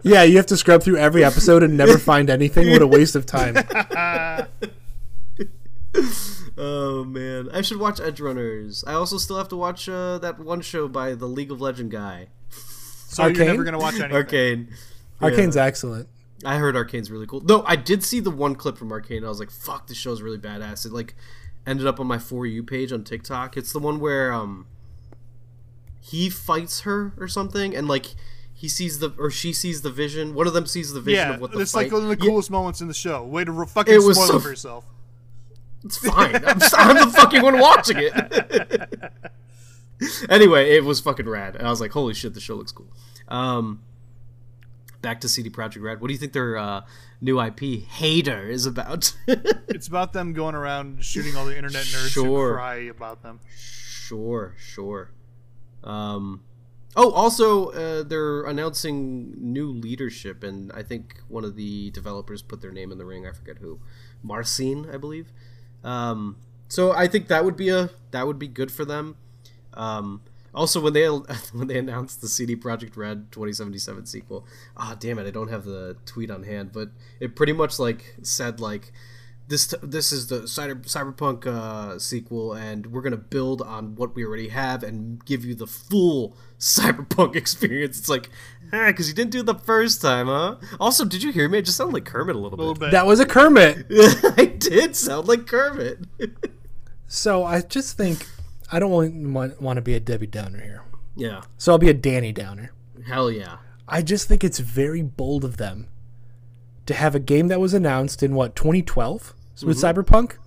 S1: Yeah, you have to scrub through every episode and never find anything. What a waste of time.
S2: Oh man, I should watch Edge Runners. I also still have to watch uh, that one show by the League of Legend guy,
S3: so
S1: Arcane?
S3: you're never gonna watch anything.
S2: Arcane. Yeah.
S1: Arcane's excellent.
S2: I heard Arcane's really cool. Though I did see the one clip from Arcane. and I was like, "Fuck, this show's really badass." It like ended up on my for you page on TikTok. It's the one where um he fights her or something, and like he sees the or she sees the vision. One of them sees the vision
S3: Yeah,
S2: of what the
S3: it's
S2: fight.
S3: like one of the
S2: Yeah,
S3: coolest moments in the show. Way to re- fucking
S2: It was
S3: spoil
S2: so-
S3: it for yourself.
S2: it's fine. I'm, s- I'm the fucking one watching it. anyway, it was fucking rad, and I was like, "Holy shit, the show looks cool." Um. Back to CD Projekt Red. What do you think their uh, new IP, Hater, is about?
S3: It's about them going around shooting all the internet nerds
S2: Sure.
S3: who cry about them.
S2: Sure, sure. Um, oh, also, uh, they're announcing new leadership, and I think one of the developers put their name in the ring. I forget who, Marcin, I believe. Um, so I think that would be a that would be good for them. Um, also, when they when they announced the CD Project Red 2077 sequel, ah, damn it, I don't have the tweet on hand, but it pretty much like said like this this is the cyber, cyberpunk uh, sequel, and we're gonna build on what we already have and give you the full cyberpunk experience. It's like, ah, because you didn't do it the first time, huh? Also, did you hear me? I just sounded like Kermit a little,
S3: A little bit.
S1: That was a Kermit.
S2: bit. I did sound like Kermit.
S1: So I just think I don't want, want to be a Debbie Downer here.
S2: yeah,
S1: So I'll be a Danny Downer.
S2: hell yeah.
S1: I just think it's very bold of them to have a game that was announced in what 2012 with
S2: Mm-hmm.
S1: Cyberpunk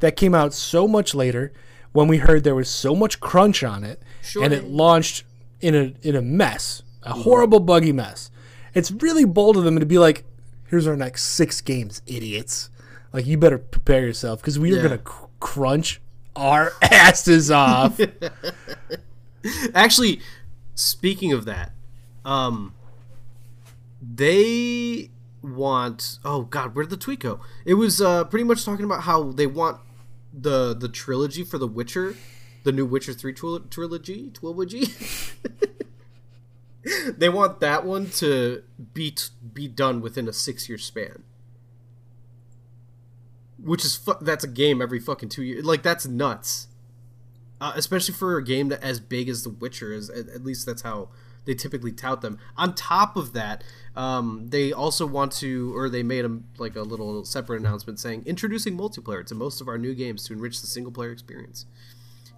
S1: that came out so much later when we heard there was so much crunch on it
S2: Sure. Mm-hmm.
S1: and it launched in a in a mess, a horrible buggy mess. It's really bold of them to be like, "Here's our next six games, idiots! Like you better prepare yourself because we
S2: Yeah.
S1: are gonna cr- crunch our asses off."
S2: Actually, speaking of that, um, they want. Oh God, where did the tweet go? It was uh, pretty much talking about how they want the the trilogy for The Witcher, the new Witcher three tril- trilogy, trilogy. they want that one to be t- be done within a six year span. Which is fu- that's a game every fucking two years. Like that's nuts uh, especially for a game that as big as The Witcher is. At, at least that's how they typically tout them. On top of that, um, they also want to, or they made a like a little separate announcement saying introducing multiplayer to most of our new games to enrich the single player experience.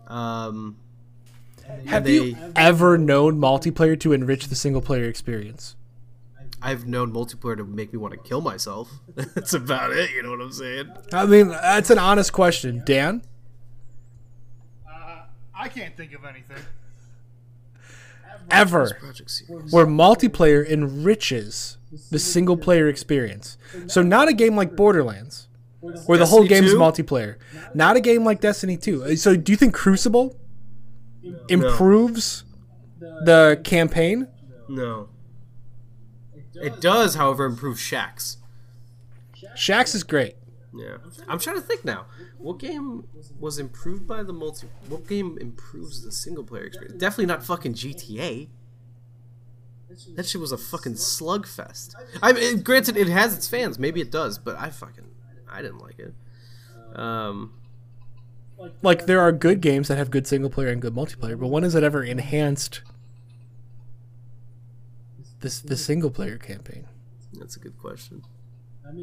S2: Um,
S1: have
S2: they-
S1: you ever known multiplayer to enrich the single player experience?
S2: I've known multiplayer to make me want to kill myself. that's about it. You know what I'm saying?
S1: I mean, that's an honest question, Dan.
S3: I can't think of anything.
S1: Ever
S2: Project Series.
S1: where multiplayer enriches the single player experience. So not a game like Borderlands where the whole
S2: Destiny
S1: game is
S2: 2?
S1: multiplayer. Not a game like Destiny 2. So do you think Crucible improves the campaign?
S2: No. It does, however, improve Shacks.
S1: Shax is great.
S2: Yeah, I'm trying to think now. What game was improved by the multi? What game improves the single player experience? Definitely not fucking GTA. That shit was a fucking slugfest. I mean, granted, it has its fans. Maybe it does, but I fucking I didn't like it. Um,
S1: Like there are good games that have good single player and good multiplayer, but when has it ever enhanced this the single player campaign?
S2: that's a good question.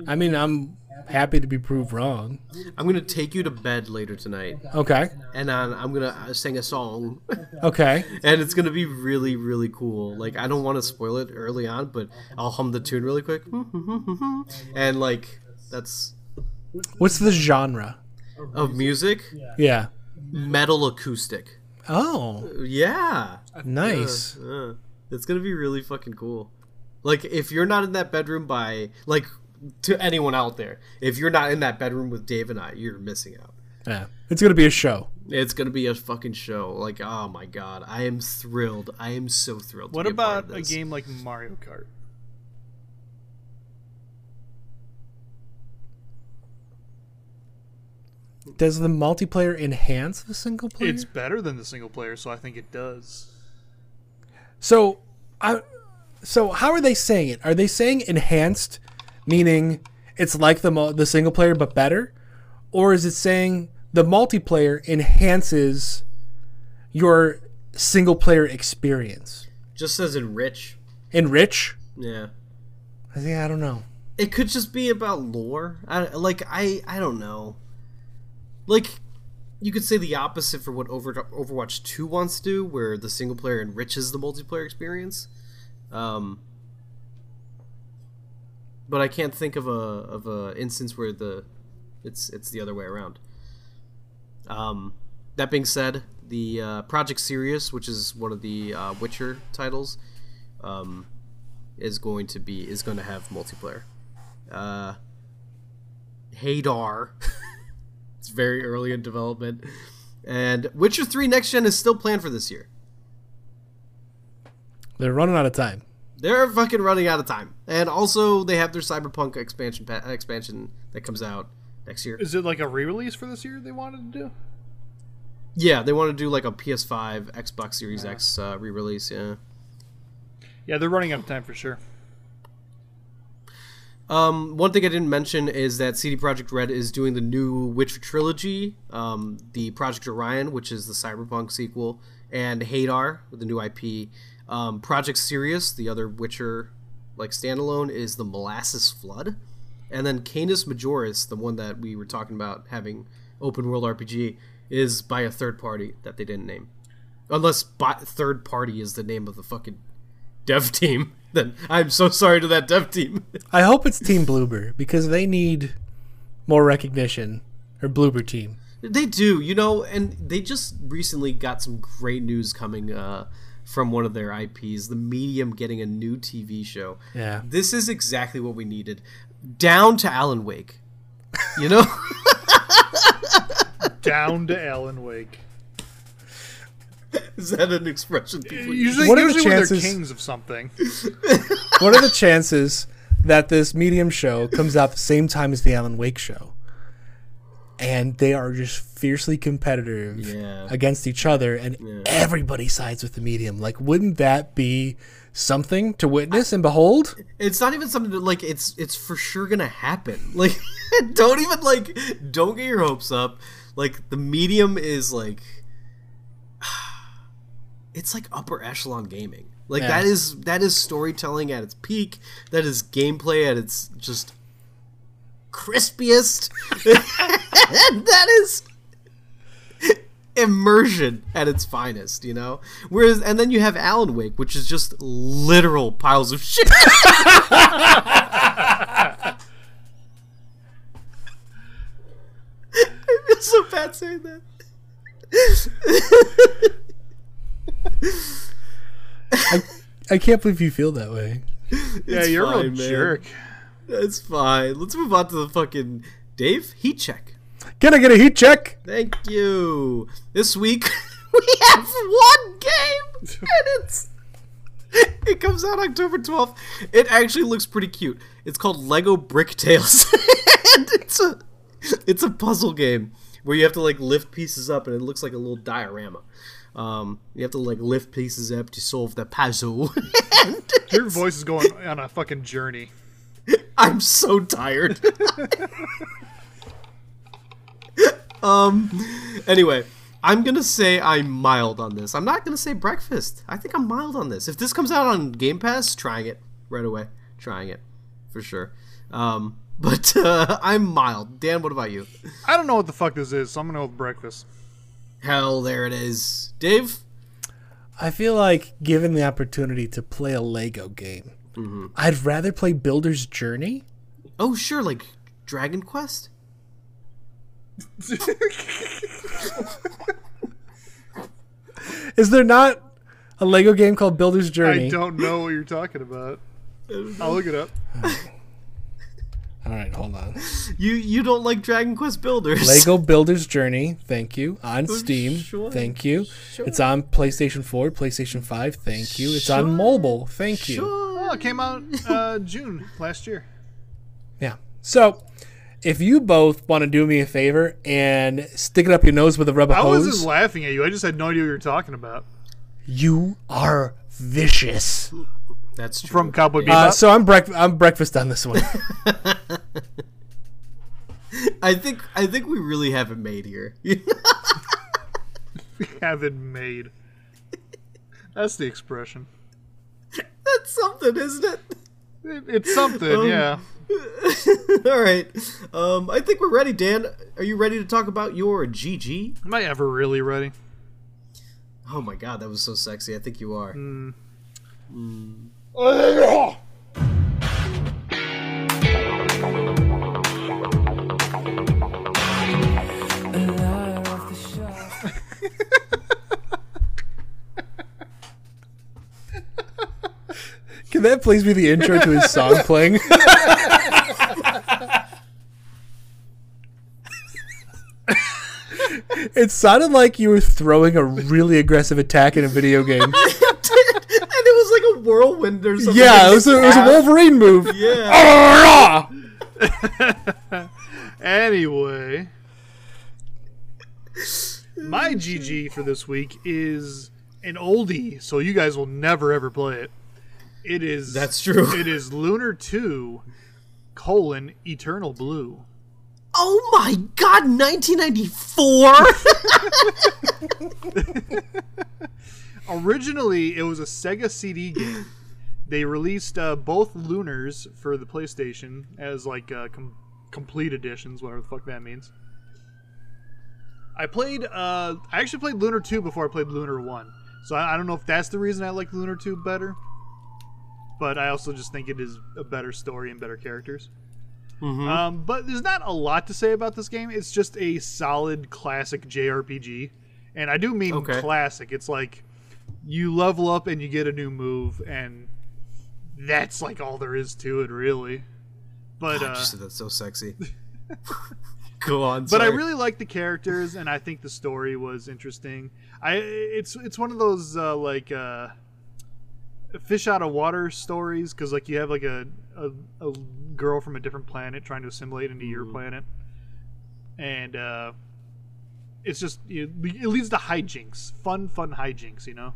S1: I mean, I'm happy to be proved wrong.
S2: I'm gonna take you to bed later tonight,
S1: Okay.
S2: and uh, I'm gonna uh, sing a song.
S1: Okay.
S2: and it's gonna be really really cool like i don't want to spoil it early on but i'll hum the tune really quick and like that's
S1: What's the genre?
S2: of music
S1: Yeah.
S2: metal acoustic
S1: Oh.
S2: yeah
S1: Nice.
S2: Uh, it's gonna be really fucking cool like if you're not in that bedroom by like to anyone out there if you're not in that bedroom with dave and i you're missing out
S1: Yeah. It's gonna be a show.
S2: It's gonna be a fucking show. Like, oh my god, I am thrilled. I am so thrilled.
S3: What
S2: to be a part
S3: about
S2: of
S3: a
S2: this.
S3: game like Mario Kart?
S1: Does the multiplayer enhance the single player?
S3: It's better than the single player, so I think it does.
S1: so, I. So how are they saying it? Are they saying enhanced, meaning it's like the mul- the single player but better, or is it saying the multiplayer enhances your single player experience?
S2: Just says enrich.
S1: Enrich?
S2: Yeah.
S1: I think I don't know.
S2: It could just be about lore. I, like I, I don't know. Like, you could say the opposite for what Over, Overwatch Two wants to do, where the single player enriches the multiplayer experience. Um, but I can't think of a of a instance where the it's it's the other way around. Um, that being said, the uh, Project Sirius, which is one of the uh, Witcher titles, um, is going to be is going to have multiplayer. Uh, Hadar, it's very early in development, and Witcher Three Next Gen is still planned for this year.
S1: They're running out of time.
S2: They're fucking running out of time, and also they have their Cyberpunk expansion pa- expansion that comes out next year.
S3: Is it like a re-release for this year they wanted to do?
S2: Yeah, they want to do like a PS5, Xbox Series X uh, re-release. Yeah.
S3: Yeah, they're running out of time for sure.
S2: Um, one thing I didn't mention is that CD Projekt Red is doing the new Witcher trilogy, um, the Project Orion, which is the Cyberpunk sequel, and Hadar, the new IP. Um, Project Sirius, the other Witcher like standalone, is the Molasses Flood, and then Canis Majoris, the one that we were talking about having open world RPG, is by a third party that they didn't name, unless by- third party is the name of the fucking dev team. Then I'm so sorry to that dev team.
S1: I hope it's Team Bloober because they need more recognition. Or Bloober team.
S2: They do, you know, and they just recently got some great news coming uh, from one of their IPs, The Medium getting a new TV show.
S1: Yeah.
S2: This is exactly what we needed. Down to Alan Wake. You know?
S3: Down to Alan Wake.
S2: is that an expression people use?
S3: Usually,
S1: What are the
S3: usually when they're
S1: chances-
S3: kings of something.
S1: What are the chances that this medium show comes out the same time as the Alan Wake show? And they are just fiercely competitive
S2: Yeah.
S1: against each other, and everybody sides with the medium. Like, wouldn't that be something to witness and behold?
S2: It's not even something that, like, it's it's for sure gonna happen. Like, don't even, like, don't get your hopes up. Like, The Medium is, like, it's like upper echelon gaming. Like that is that is storytelling at its peak. That is gameplay at its just crispiest. and that is immersion at its finest, you know? Whereas and then you have Alan Wake, which is just literal piles of shit. I feel so bad saying that.
S1: I can't believe you feel that way.
S3: Yeah,
S2: It's
S3: you're a real
S2: fine, man.
S3: jerk.
S2: That's fine. Let's move on to the fucking Dave heat check.
S1: Can I get a heat check?
S2: Thank you. This week we have one game, and it's it comes out October twelfth. It actually looks pretty cute. It's called Lego Brick Tales, and it's a it's a puzzle game where you have to like lift pieces up, and it looks like a little diorama. Um, you have to like lift pieces up to solve the puzzle. and
S3: Your voice is going on a fucking journey.
S2: I'm so tired. um anyway, I'm going to say I'm mild on this. I'm not going to say breakfast. I think I'm mild on this. If this comes out on Game Pass, trying it right away. Trying it for sure. Um but uh, I'm mild. Dan, what about you?
S3: I don't know what the fuck this is, so I'm gonna go with breakfast.
S2: Hell, there it is. Dave,
S1: I feel like given the opportunity to play a Lego game,
S2: Mm-hmm.
S1: I'd rather play Builder's Journey.
S2: Oh, sure, like Dragon Quest?
S1: Is there not a Lego game called Builder's Journey?
S3: I don't know what you're talking about. I'll look it up.
S1: I All right, hold on.
S2: You you don't like Dragon Quest Builders.
S1: Lego Builder's Journey, thank you. On
S2: Oh,
S1: Steam,
S2: sure,
S1: thank you.
S2: sure.
S1: It's on PlayStation 4, PlayStation 5, thank you. It's
S2: Sure,
S1: on mobile, thank you.
S2: Sure.
S3: Oh, it came out uh, June last year.
S1: Yeah. So, if you both want to do me a favor and stick it up your nose with a rubber
S3: I wasn't
S1: hose,
S3: laughing at you. I just had no idea what you were talking about.
S1: you are vicious.
S2: That's true.
S3: From Cowboy
S1: Uh,
S3: Bebop.
S1: so I'm breakfast. I'm breakfast on this one.
S2: I think I think we really have it made here.
S3: have it made. That's the expression.
S2: That's something, isn't it?
S3: It, it's something, yeah.
S2: All right. Um, I think we're ready, Dan. Are you ready to talk about your GG?
S3: Am I ever really ready?
S2: Oh my god, that was so sexy. I think you are.
S3: Mm.
S1: Can that please be the intro to his song playing? it sounded like you were throwing a really aggressive attack in a video game.
S2: and it was like a whirlwind or something.
S1: Yeah, it was a, it was a Wolverine move. Ah!
S2: Yeah.
S3: Anyway, my GG for this week is an oldie, so you guys will never ever play it. It is
S2: That's true.
S3: It is Lunar Two colon Eternal Blue.
S2: Oh my god, 1994.
S3: Originally, it was a Sega CD game. They released uh, both Lunars for the PlayStation as like uh, com- complete editions, whatever the fuck that means. I played. Uh, I actually played Lunar Two before I played Lunar One, so I, I don't know if that's the reason I like Lunar Two better. But I also just think it is a better story and better characters. Um, but there's not a lot to say about this game. It's just a solid classic JRPG, and I do mean
S2: Okay.
S3: classic. It's like you level up and you get a new move, and that's like all there is to it, really. But
S2: I
S3: uh,
S2: just said that's so sexy. Go on.
S3: but I
S2: sorry.
S3: really like the characters, and I think the story was interesting. I it's it's one of those uh, like uh, fish out of water stories because like you have like a, a a girl from a different planet trying to assimilate into your planet, and uh, it's just it, it leads to hijinks, fun fun hijinks, you know.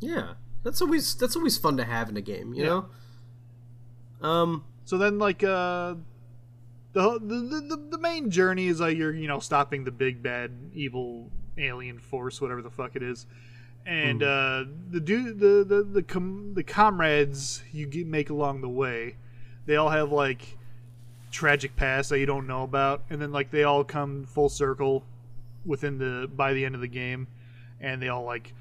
S2: Yeah, that's always that's always fun to have in a game, you know. Um.
S3: So then, like, uh, the, whole- the the the- the main journey is like you're you know stopping the big bad evil alien force, whatever the fuck it is, and uh, the dude the the the, com- the comrades you get, make along the way, they all have like tragic past that you don't know about, and then like they all come full circle within the by the end of the game, and they all like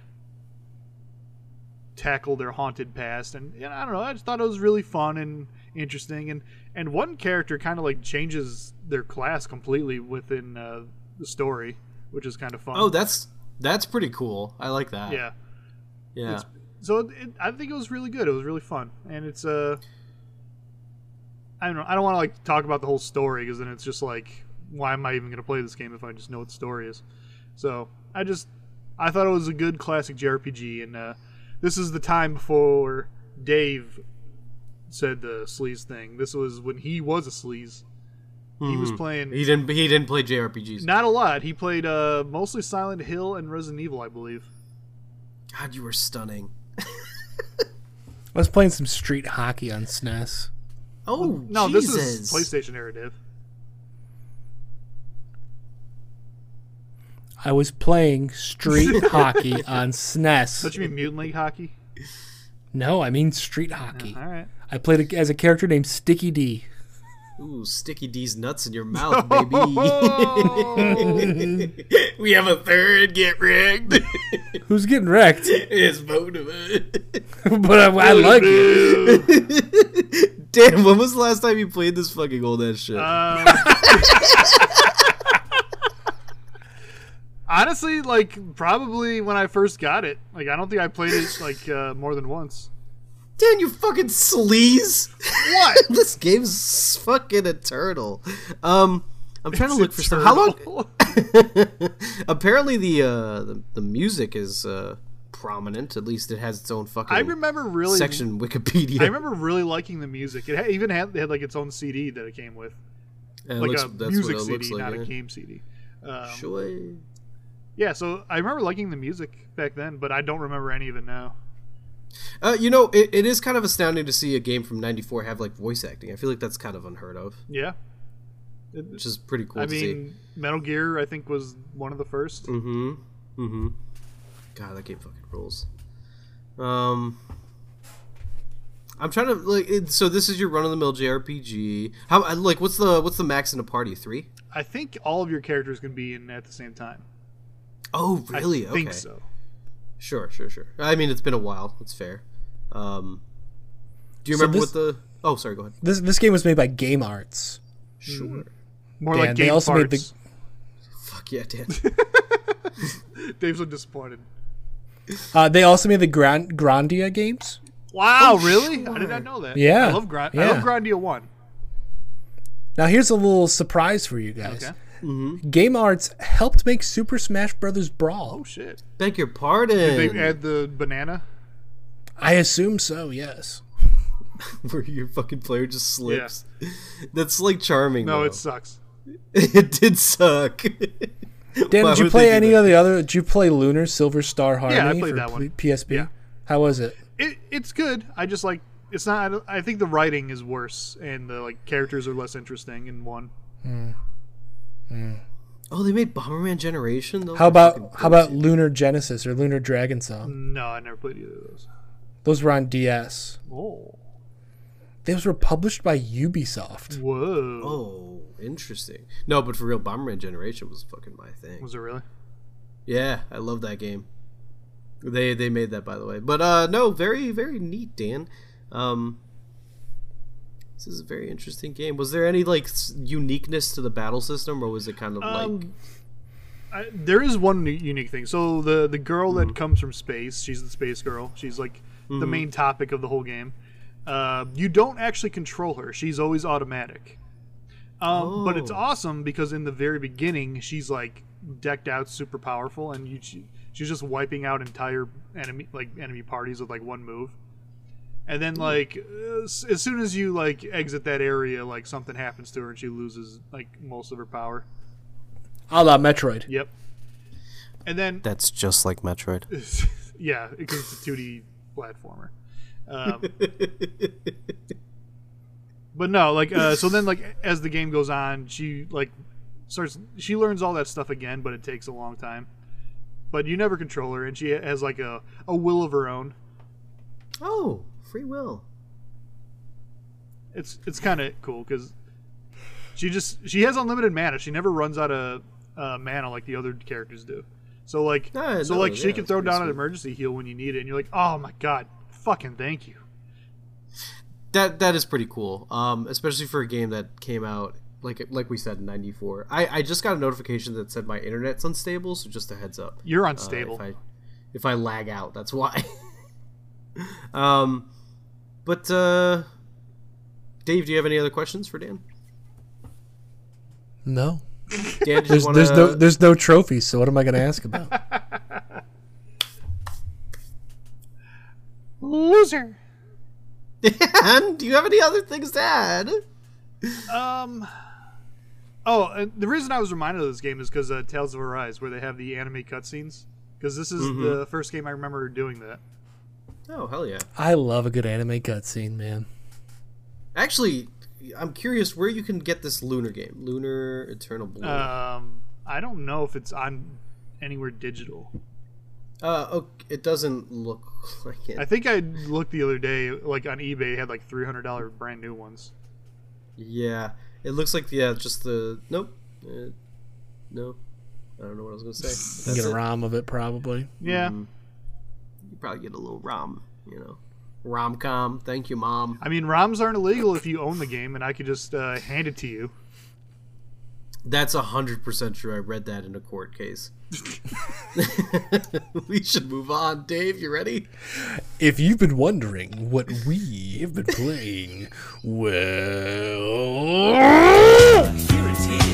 S3: tackle their haunted past and, and i don't know i just thought it was really fun and interesting and and one character kind of like changes their class completely within uh, the story which is kind of fun
S2: Oh, that's that's pretty cool. I like that.
S3: yeah
S2: Yeah.
S3: It's- so it, it, i think it was really good it was really fun and it's uh i don't know i don't want to like talk about the whole story because then it's just like why am i even going to play this game if i just know what the story is so i just i thought it was a good classic jrpg and uh this is the time before dave said the sleaze thing this was when he was a sleaze he was
S2: Mhm.
S3: playing
S2: He didn't. He didn't play JRPGs.
S3: not a lot he played uh mostly silent hill and resident evil i believe
S2: God, you were stunning.
S1: I was playing some street hockey on E SNES.
S2: Oh
S3: no
S2: Jesus.
S3: this is playstation era dave
S1: I was playing street hockey on
S3: Don't
S1: SNES.
S3: you mean mutant league hockey?
S1: No, I mean street hockey.
S3: All right.
S1: I played a, as a character named Sticky D.
S2: Ooh, Sticky D's nuts in your mouth, baby. we have a third get rigged.
S1: Who's getting wrecked?
S2: it's both of it.
S1: but I, I like it.
S2: Damn, when was the last time you played this fucking old ass shit?
S3: Um, honestly, like probably when I first got it. Like I don't think I played it like uh, more than once.
S2: Dan, you fucking sleaze.
S3: What?
S2: this game's fucking eternal. Um, I'm trying to
S3: It's
S2: look for stuff. How long?
S3: eternal.
S2: Apparently, the, uh, the the music is uh, prominent. At least it has its own fucking
S3: I remember really.
S2: section Wikipedia.
S3: I remember really liking the music. It ha- even had, it had like its own CD that it came with,
S2: And it
S3: like
S2: looks-
S3: a
S2: that's
S3: music
S2: what it looks
S3: CD,
S2: like,
S3: not
S2: yeah.
S3: a game CD. Um,
S2: Sure.
S3: Yeah, so I remember liking the music back then, but I don't remember any of it now.
S2: Uh, you know, it, it is kind of astounding to see a game from '94 have like voice acting. I feel like that's kind of unheard of,
S3: Yeah,
S2: which is pretty cool
S3: I
S2: to see.
S3: mean, Metal Gear I think was one of the 1st
S2: Mm-hmm. Mm-hmm. God, that game fucking rules. Um, I'm trying to like. It, so this is your run-of-the-mill JRPG. How I- like what's the what's the max in a party? Three?
S3: I think all of your characters can be in at the same time.
S2: Oh,
S3: I
S2: really?
S3: think
S2: okay.
S3: so.
S2: Sure, sure, sure. I mean, it's been a while. That's fair. Um, do you
S1: So
S2: remember
S1: this-
S2: what the? Oh, sorry. Go ahead.
S1: This this game was made by Game Arts.
S2: Sure.
S3: More
S1: Dan,
S3: like
S1: they
S3: game
S1: also made the-
S3: farts.
S2: Fuck yeah, Dan.
S3: Dave's so disappointed.
S1: Uh, they also made the Grand Grandia games.
S3: Wow, really? I
S2: sure.
S3: did not know that.
S1: Oh, Yeah,
S3: I love Grind. I
S1: yeah.
S3: love Grindia One.
S1: Now here's a little surprise for you guys.
S3: Okay.
S1: Game Arts helped make Super Smash Brothers Brawl.
S3: Oh shit!
S2: Beg your pardon.
S3: They add the banana.
S1: I assume so. Yes.
S2: where your fucking player just slips. That's like charming.
S3: No,
S2: though.
S3: it sucks.
S2: it did suck.
S1: Dan,
S2: Why
S1: did you
S2: would
S1: play
S2: they do
S1: any
S2: that?
S1: of the other? Did you play Lunar Silver Star Harmony
S3: I played
S1: for
S3: that one.
S1: P- PSP?
S3: Yeah.
S1: How was it?
S3: It, it's good. I just like it's not. I don't- I think the writing is worse, and the like characters are less interesting in one.
S2: Oh, they made Bomberman Generation. Those
S1: How
S2: are
S1: about
S2: fucking
S1: how about
S2: crazy.
S1: Lunar Genesis or Lunar Dragon Song?
S3: No, I never played either of those.
S1: Those were on DS.
S3: Oh,
S1: Those were published by Ubisoft.
S3: whoa!
S2: Oh, interesting. No, but for real, Bomberman Generation was fucking my thing.
S3: Was it really?
S2: Yeah, I love that game. They they made that by the way, but uh, no, very very neat, Dan. Um, this is a very interesting game. Was there any like s- uniqueness to the battle system, or was it kind of like
S3: Um, I, there is one u- unique thing. So the the girl that comes from space, she's the space girl. She's like the main topic of the whole game. Uh, you don't actually control her. She's always automatic. Um, But it's
S2: Oh.
S3: awesome because in the very beginning, she's like decked out, super powerful, and you she, she's just wiping out entire enemy like enemy parties with like one move. And then like uh, s- as soon as you like exit that area, like something happens to her and she loses like most of her power.
S1: A la Metroid.
S3: Yep. And then,
S2: that's just like Metroid?
S3: yeah, because it's a 2D platformer. Um, but no, like, uh, so then, like, as the game goes on, she, like, starts, she learns all that stuff again, but it takes a long time. But you never control her, and she has, like, a, a will of her own.
S2: Oh, free will.
S3: It's it's kind of cool because she just she has unlimited mana. She never runs out of uh, mana like the other characters do. So like
S2: No,
S3: so
S2: Ah, no,
S3: like she
S2: yeah,
S3: can
S2: it's
S3: throw
S2: pretty
S3: down an
S2: sweet.
S3: emergency heal when you need it, and you're like, oh my god, fucking thank you.
S2: That that is pretty cool. Um, especially for a game that came out like like we said in '94. I I just got a notification that said my internet's unstable, so just a heads up.
S3: You're
S2: Uh,
S3: unstable.
S2: if I if I lag out, that's why. um, but uh, Dave, do you have any other questions for Dan?
S1: No.
S2: Dan, did you
S1: There's,
S2: wanna...
S1: there's no there's no trophies, so what am I going to ask about?
S3: Loser.
S2: Dan, do you have any other things to add?
S3: Um. Oh, and the reason I was reminded of this game is because uh, Tales of Arise, where they have the anime cutscenes, because this is
S2: Mm-hmm.
S3: the first game I remember doing that.
S2: Oh hell yeah!
S1: I love a good anime cutscene, man.
S2: Actually, I'm curious where you can get this lunar game, Lunar Eternal Blue.
S3: Um, I don't know if it's on anywhere digital.
S2: Uh, okay, it doesn't look like it.
S3: I think I looked the other day, like on eBay, it had like three hundred dollar brand new ones.
S2: yeah, it looks like yeah, just the nope, uh, no. I don't know what I was gonna say.
S1: You get
S2: That's
S1: a
S2: it.
S1: ROM of it probably.
S3: Yeah,
S2: You probably get a little rom, you know, rom com. Thank you, mom.
S3: I mean ROMs aren't illegal if you own the game, and I could just uh, hand it to you.
S2: That's hundred percent true. I read that in a court case. we should move on, Dave. You ready?
S1: If you've been wondering what we have been playing, well.
S5: Here it is.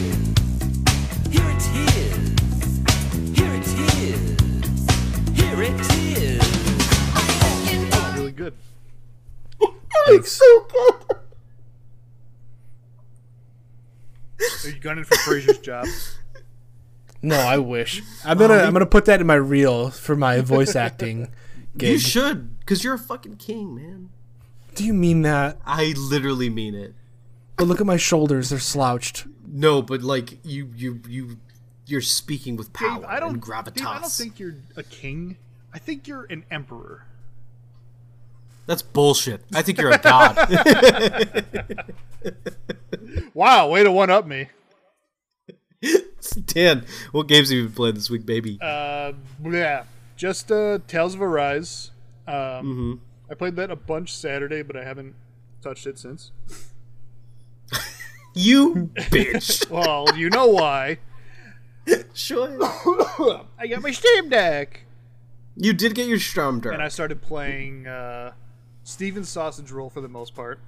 S5: Here it is. Here it is. Here it is.
S3: Really good.
S1: Thanks.
S3: Are you gunning for Fraser's job?
S1: No, I wish. I'm gonna I'm gonna put that in my reel for my voice acting.
S2: You
S1: Gig.
S2: should, because you're a fucking king, man.
S1: Do you mean that?
S2: I literally mean it.
S1: But look at my shoulders; they're slouched.
S2: No, but like you, you, you, you're speaking with power
S3: Dave, I don't.
S2: and gravitas.
S3: Dave, I don't think you're a king. I think you're an emperor.
S2: That's bullshit. I think you're a god.
S3: Wow, way to one up me.
S2: Dan, what games have you been playing this week, baby?
S3: Uh, yeah, just uh, Tales of Arise. Um,
S2: Mm-hmm.
S3: I played that a bunch Saturday, but I haven't touched it since.
S2: you bitch.
S3: Well, you know why.
S2: sure.
S3: I got my Steam Deck,
S2: You did get your Strom
S3: and I started playing uh, Steven's Sausage Roll for the most part.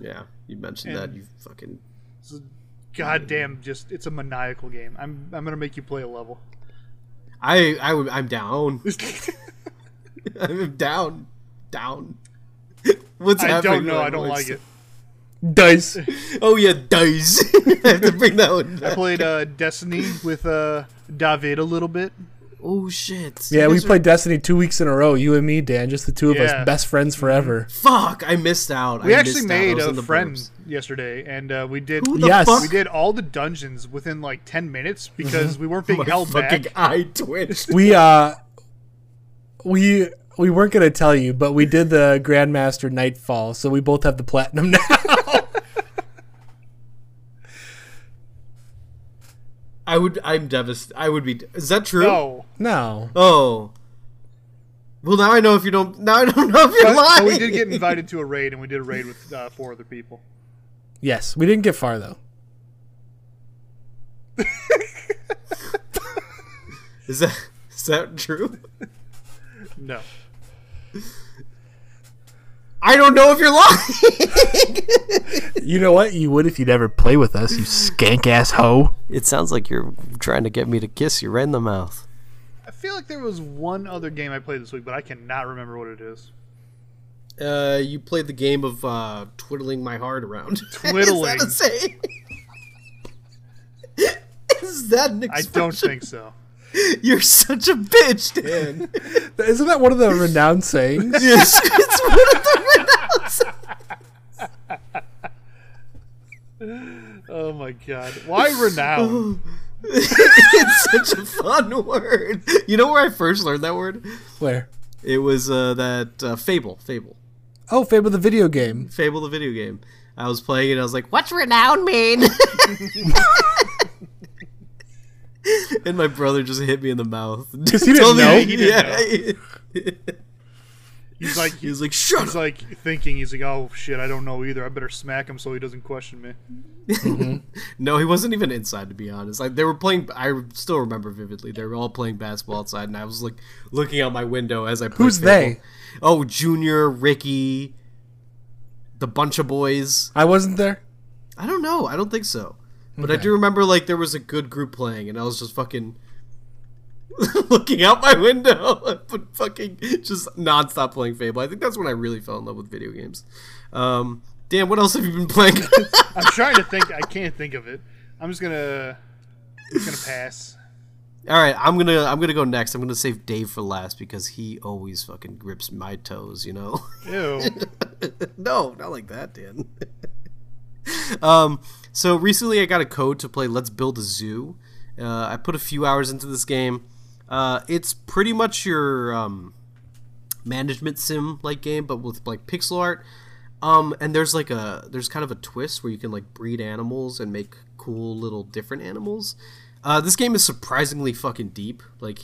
S2: Yeah, you mentioned that. You fucking.
S3: It's a
S2: Mm.
S3: goddamn, just it's a maniacal game. I'm I'm gonna make you play a level.
S2: I, I, would- I'm down. I'm down. Down. What's
S3: I
S2: happening
S3: don't
S2: to
S3: know.
S2: my
S3: I don't
S2: voice?
S3: like it.
S1: Dice.
S2: Oh yeah, dice. I have to bring that one.
S3: I
S2: Back.
S3: played uh, Destiny with uh, David a little bit.
S2: Oh shit.
S1: Yeah,
S2: You
S1: we
S2: guys are-
S1: played Destiny two weeks in a row. You and me, Dan, just the two of
S3: Yeah.
S1: us, best friends forever.
S2: Fuck! I missed out.
S3: We
S2: I
S3: actually
S2: missed out. I
S3: made
S2: was
S3: a
S2: in the
S3: friend
S2: burbs.
S3: yesterday, and uh, we did
S2: Who the
S1: Yes.
S2: fuck?
S3: we did all the dungeons within like ten minutes because we weren't being
S2: My
S3: held
S2: fucking
S3: back.
S2: eye twitched.
S1: We uh, we we weren't gonna tell you, but we did the Grandmaster Nightfall, so we both have the platinum now.
S2: I would. I'm devastated. I would be. Is that true?
S3: No,
S1: no,
S2: Oh. Well, now I know if you don't. Now I don't know if you're
S3: but,
S2: lying.
S3: but we did get invited to a raid, and we did a raid with uh, four other people.
S1: yes, we didn't get far though.
S2: Is that is that true?
S3: No,
S2: I don't know if you're lying.
S1: You know what? You would if you'd ever play with us, you skank ass hoe.
S6: It sounds like you're trying to get me to kiss you right in the mouth.
S3: I feel like there was one other game I played this week, but I cannot remember what it is.
S2: Uh, you played the game of uh, twiddling my heart around.
S3: Twiddling.
S2: is that a saying? is that an
S3: I
S2: expression?
S3: don't think so.
S2: You're such a bitch, Dan.
S1: Isn't that one of the renowned sayings?
S2: yes, it's one of the renounced.
S3: Oh my god, why renown?
S2: It's such a fun word. You know where I first learned that word?
S1: Where?
S2: It was uh, that uh, Fable, Fable,
S1: Oh, Fable the video game.
S2: Fable, the video game. I was playing it. I was like, "What's renown mean?" and my brother just hit me in the mouth. Just
S1: he didn't know?
S3: He didn't He's like
S2: He was like, "Shut
S3: He's
S2: up!"
S3: like thinking, he's like, oh shit, I don't know either. I better smack him so he doesn't question me.
S2: No, he wasn't even inside. To be honest, like they were playing. I still remember vividly. They were all playing basketball outside, and I was like looking out my window as I. played
S1: Who's
S2: Fable.
S1: they?
S2: Oh, Junior, Ricky, the bunch of boys.
S1: I wasn't there.
S2: I don't know. I don't think so. But I do remember like there was a good group playing, and I was just fucking looking out my window, but fucking just nonstop playing Fable. I think that's when I really fell in love with video games. Um, Dan, what else have you been playing?
S3: I'm trying to think. I can't think of it. I'm just gonna, just gonna pass.
S2: All right, I'm gonna I'm gonna go next. I'm gonna save Dave for last because he always fucking grips my toes. You know.
S3: Ew.
S2: no, not like that, Dan. um, so recently I got a code to play Let's Build a Zoo. Uh, I put a few hours into this game. Uh, it's pretty much your um, management sim like game, but with like pixel art. Um, and there's like a there's kind of a twist where you can like breed animals and make cool little different animals. Uh, this game is surprisingly fucking deep. Like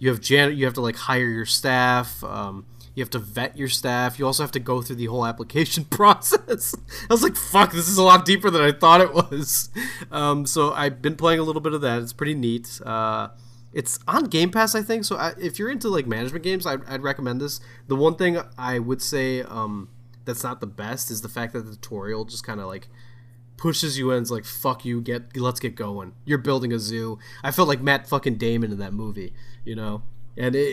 S2: you have jan- you have to like hire your staff. Um, You have to vet your staff. You also have to go through the whole application process. I was like, fuck, this is a lot deeper than I thought it was. Um, so I've been playing a little bit of that. It's pretty neat. Uh, it's on Game Pass, I think. So I, if you're into like management games, I'd, I'd recommend this. The one thing I would say um, that's not the best is the fact that the tutorial just kind of like pushes you in. It's like fuck you, get let's get going. You're building a zoo. I felt like Matt fucking Damon in that movie, you know, and it,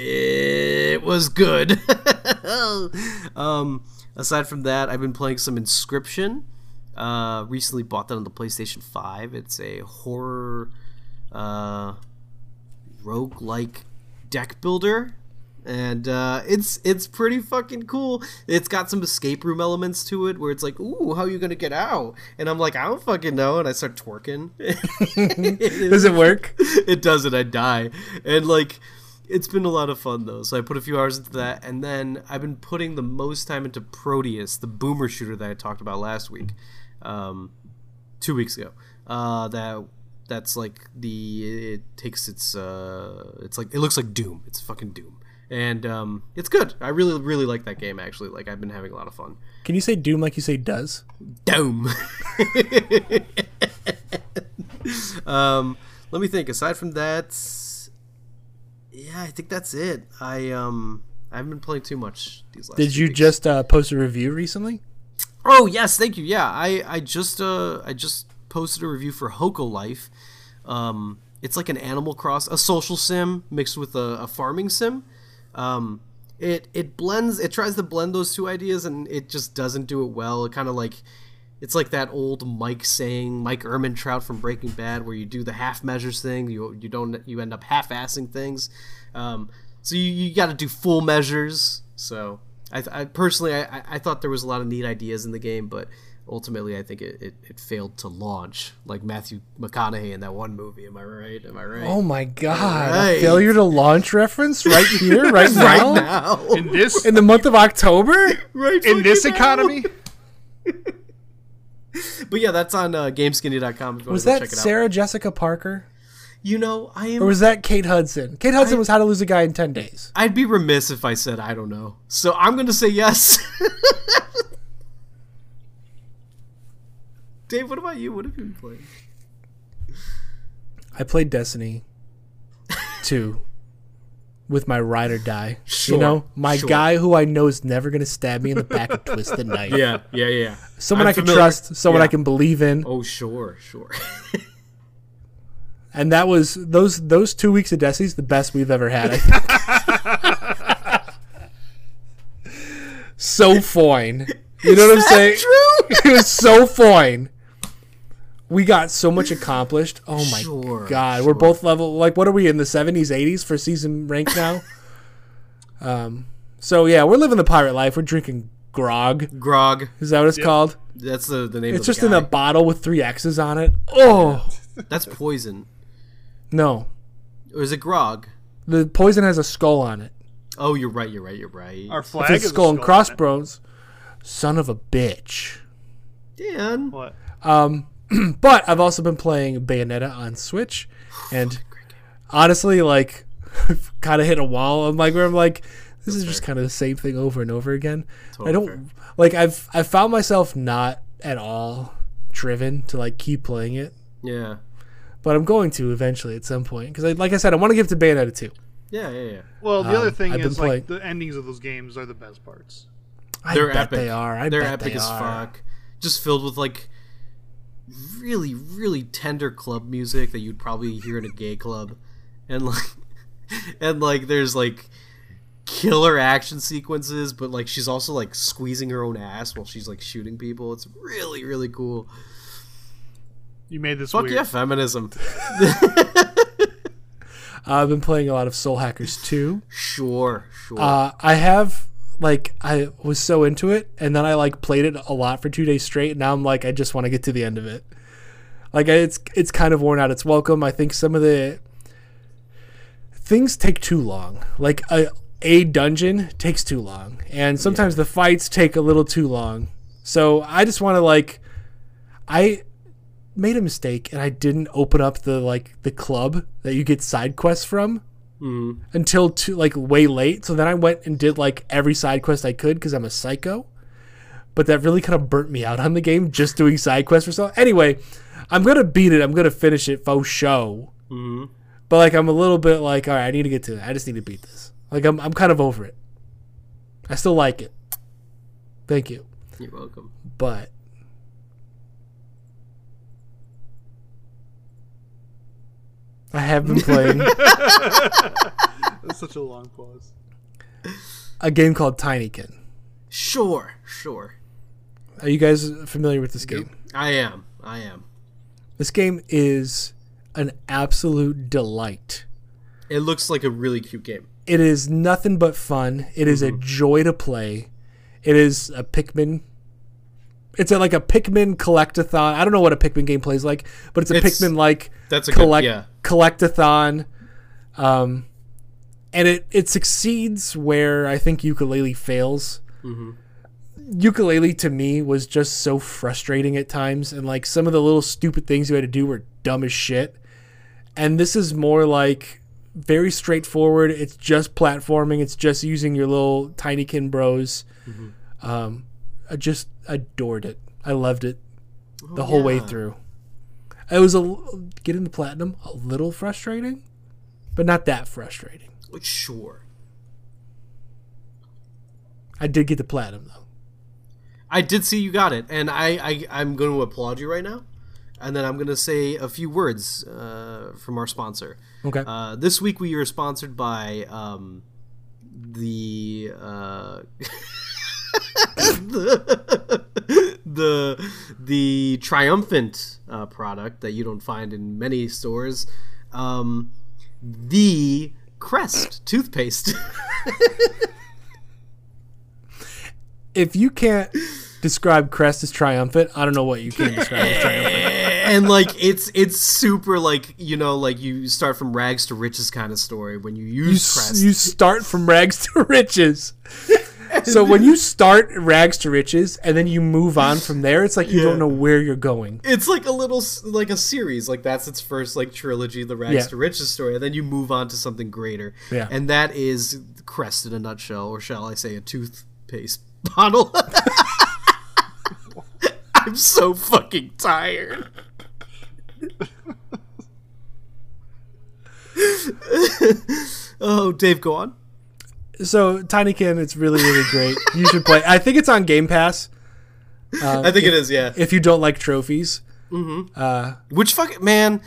S2: it was good. um, aside from that, I've been playing some Inscription. Uh, recently bought that on the PlayStation Five. It's a horror. Uh, roguelike deck builder and uh, it's it's pretty fucking cool. It's got some escape room elements to it where it's like, ooh, how are you gonna get out? And I'm like, I don't fucking know. And I start twerking.
S1: Does it work?
S2: it doesn't. I die. And like, it's been a lot of fun though. So I put a few hours into that, and then I've been putting the most time into Proteus, the boomer shooter that I talked about last week, um, two weeks ago. Uh, that that's like the it takes its uh, it's like it looks like Doom. It's fucking Doom, and um, it's good. I really really like that game actually. Like I've been having a lot of fun.
S1: Can you say Doom like you say does?
S2: Doom. um, let me think. Aside from that, yeah, I think that's it. I um, I haven't been playing too much these last.
S1: Did
S2: few
S1: you
S2: weeks.
S1: just uh, post a review recently?
S2: Oh yes, thank you. Yeah, I I just uh I just posted a review for Hoko Life. Um, it's like an Animal Cross, a social sim mixed with a, a farming sim. Um, it it blends, it tries to blend those two ideas, and it just doesn't do it well. It kind of like it's like that old Mike saying, Mike Ehrmantraut from Breaking Bad, where you do the half measures thing. You you don't you end up half assing things. Um, so you, you got to do full measures. So I, I personally I, I- I thought there was a lot of neat ideas in the game, but ultimately I think it, it, it failed to launch. Like Matthew McConaughey in that one movie. Am I right? Am I right?
S1: Oh my god!
S2: Right.
S1: A failure to launch reference right here, right now,
S2: right now,
S3: In this
S1: in the month of October.
S2: right
S3: in this
S2: fucking now.
S3: economy,
S2: But yeah, that's on uh, GameSkinny.com. If you
S1: Was
S2: want to
S1: that
S2: check it
S1: Sarah
S2: Out.
S1: Jessica Parker
S2: You know, I am
S1: or was that Kate Hudson? Kate Hudson was How to Lose a Guy in Ten Days.
S2: I'd be remiss if I said I don't know. So I'm going to say yes. Dave, what about you? What have you been playing?
S1: I played Destiny two with my ride or die.
S2: Sure,
S1: you know, my
S2: sure.
S1: guy who I know is never going to stab me in the back and twist the knife.
S2: Yeah, yeah, yeah.
S1: Someone
S2: I'm
S1: I can
S2: familiar.
S1: trust, someone
S2: Yeah.
S1: I can believe in.
S2: Oh, sure, sure.
S1: And that was those those two weeks of Destiny's the best we've ever had. I think. so fine. You know what I'm saying? it was so fine. We got so much accomplished. Oh my
S2: Sure,
S1: god, we're both level. Like, what are we in the seventies, eighties for season rank now? um. So yeah, we're living the pirate life. We're drinking grog.
S2: Grog.
S1: Is that what it's called?
S2: That's the, the name
S1: It's
S2: of
S1: just
S2: the
S1: in a
S2: guy.
S1: bottle with three X's on it. Oh
S2: That's poison.
S1: no,
S2: Or is it grog?
S1: the poison has a skull on it.
S2: Oh, you're right, you're right, you're right.
S3: our
S1: It
S3: flag
S1: says
S3: is a
S1: skull and
S3: on it.
S1: crossbones. Son of a bitch.
S2: Dan.
S3: What?
S1: But I've also been playing Bayonetta on Switch, and honestly, like, I've kind of hit a wall. I'm like, where I'm like, this is just kind of the same thing over and over again. I don't like. I've I found myself not at all driven to like keep playing it,
S2: Yeah.
S1: but I'm going to eventually at some point because, I, like I said, I want to give it to Bayonetta two.
S2: Yeah, yeah, yeah.
S3: Well, the other thing
S1: Um, I've been
S3: is like the endings of those games are the best parts.
S1: I
S2: They're
S1: bet
S2: epic.
S1: they are. I
S2: They're
S1: bet
S2: epic
S1: they
S2: as
S1: are.
S2: fuck. Just filled with like really, really tender club music that you'd probably hear in a gay club, and like, and like, there's like killer action sequences, but like she's also like squeezing her own ass while she's like shooting people. It's really, really cool.
S3: You made this
S2: Fuck
S3: weird.
S2: yeah, feminism.
S1: I've been playing a lot of Soul Hackers two.
S2: Sure, sure.
S1: Uh, I have like I was so into it, and then I like played it a lot for two days straight. And now I'm like, I just want to get to the end of it. Like I- it's it's kind of worn out. It's welcome. I think some of the things take too long. Like a a dungeon takes too long, and sometimes the fights take a little too long. So I just want to like, I made a mistake and I didn't open up the like the club that you get side quests from
S2: Mm-hmm,
S1: until too, like way late. So then I went and did like every side quest I could because I'm a psycho. But that really kind of burnt me out on the game just doing side quests or so. Anyway, I'm gonna beat it. I'm gonna finish it for show.
S2: mm-hmm.
S1: But like I'm a little bit like, all right, I need to get to it. I just need to beat this. Like I'm I'm kind of over it. I still like it. Thank you,
S2: You're welcome.
S1: but. I have been playing
S3: That's such a long pause.
S1: a game called Tinykin.
S2: Sure, sure.
S1: Are you guys familiar with this game?
S2: I am. I am.
S1: This game is an absolute delight.
S2: It looks like a really cute game.
S1: It is nothing but fun. It is a joy to play. It is a Pikmin. It's a, like a Pikmin collectathon. I don't know what a Pikmin game plays like, but it's a
S2: It's-
S1: Pikmin like
S2: That's a
S1: collect
S2: good yeah.
S1: collectathon. Um, and it it succeeds where I think ukulele fails.
S2: Mm-hmm.
S1: Ukulele to me was just so frustrating at times, and like some of the little stupid things you had to do were dumb as shit. And this is more like very straightforward. It's just platforming. It's just using your little tinykin bros.
S2: Mm-hmm.
S1: Um, I just adored it. I loved it the whole way
S2: Oh, yeah.
S1: through. It was a l- getting the platinum a little frustrating, but not that frustrating.
S2: Sure.
S1: I did get the platinum though.
S2: I did see you got it, and I, I I'm going to applaud you right now, and then I'm going to say a few words uh, from our sponsor.
S1: Okay.
S2: Uh, this week we are sponsored by um, the uh, the the the triumphant uh, product that you don't find in many stores, um, the Crest toothpaste.
S1: if you can't describe Crest as triumphant, I don't know what you can describe as triumphant.
S2: and like it's it's super like you know like you start from rags to riches kind of story when you
S1: You,
S2: use
S1: s-
S2: crest
S1: you start from rags to riches. So when you start rags to riches and then you move on from there, it's like you
S2: Yeah.
S1: don't know where you're going.
S2: it's like a little s- like a series like that's its first like trilogy the rags
S1: Yeah.
S2: to riches story and then you move on to something greater
S1: Yeah.
S2: and that is crest in a nutshell or shall i say a toothpaste bottle i'm so fucking tired oh dave go on
S1: So Tinykin, it's really really great. You should play. I think it's on Game Pass. Uh,
S2: i think it is yeah
S1: If you don't like trophies,
S2: Which fucking man?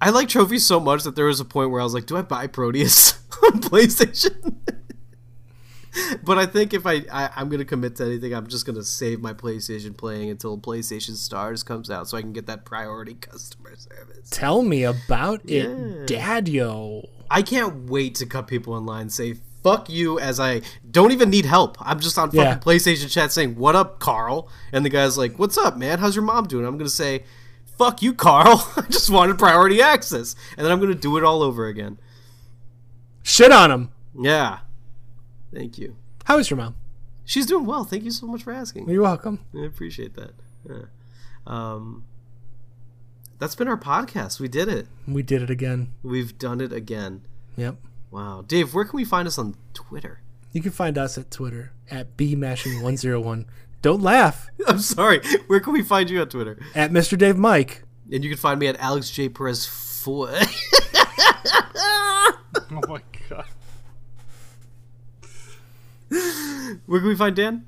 S2: I like trophies so much that there was a point where I was like, "Do I buy Proteus on PlayStation?" but I think if I, I I'm gonna commit to anything, I'm just gonna save my PlayStation playing until PlayStation Stars comes out, so I can get that priority customer service.
S1: tell me about it, Daddio.
S2: I can't wait to cut people in line say "fuck you" as I don't even need help. I'm just on fucking
S1: Yeah.
S2: PlayStation chat saying "What up, Carl?" and the guy's like, "What's up, man? How's your mom doing?" I'm gonna say, "Fuck you, Carl. I just wanted priority access," and then I'm gonna do it all over again.
S1: Shit on him.
S2: Yeah. Thank you.
S1: How is your mom?
S2: She's doing well. Thank you so much for asking.
S1: You're welcome.
S2: I appreciate that. Yeah. Um, that's been our podcast. We did it.
S1: We did it again.
S2: We've done it again.
S1: Yep.
S2: Wow, Dave, where can we find us on Twitter?
S1: You can find us at Twitter at bmashing101. Don't laugh
S2: I'm sorry. Where can we find you on Twitter?
S1: at Mr. Dave Mike.
S2: And you can find me at Alex J Perez four.
S3: Oh my god.
S2: Where can we find Dan?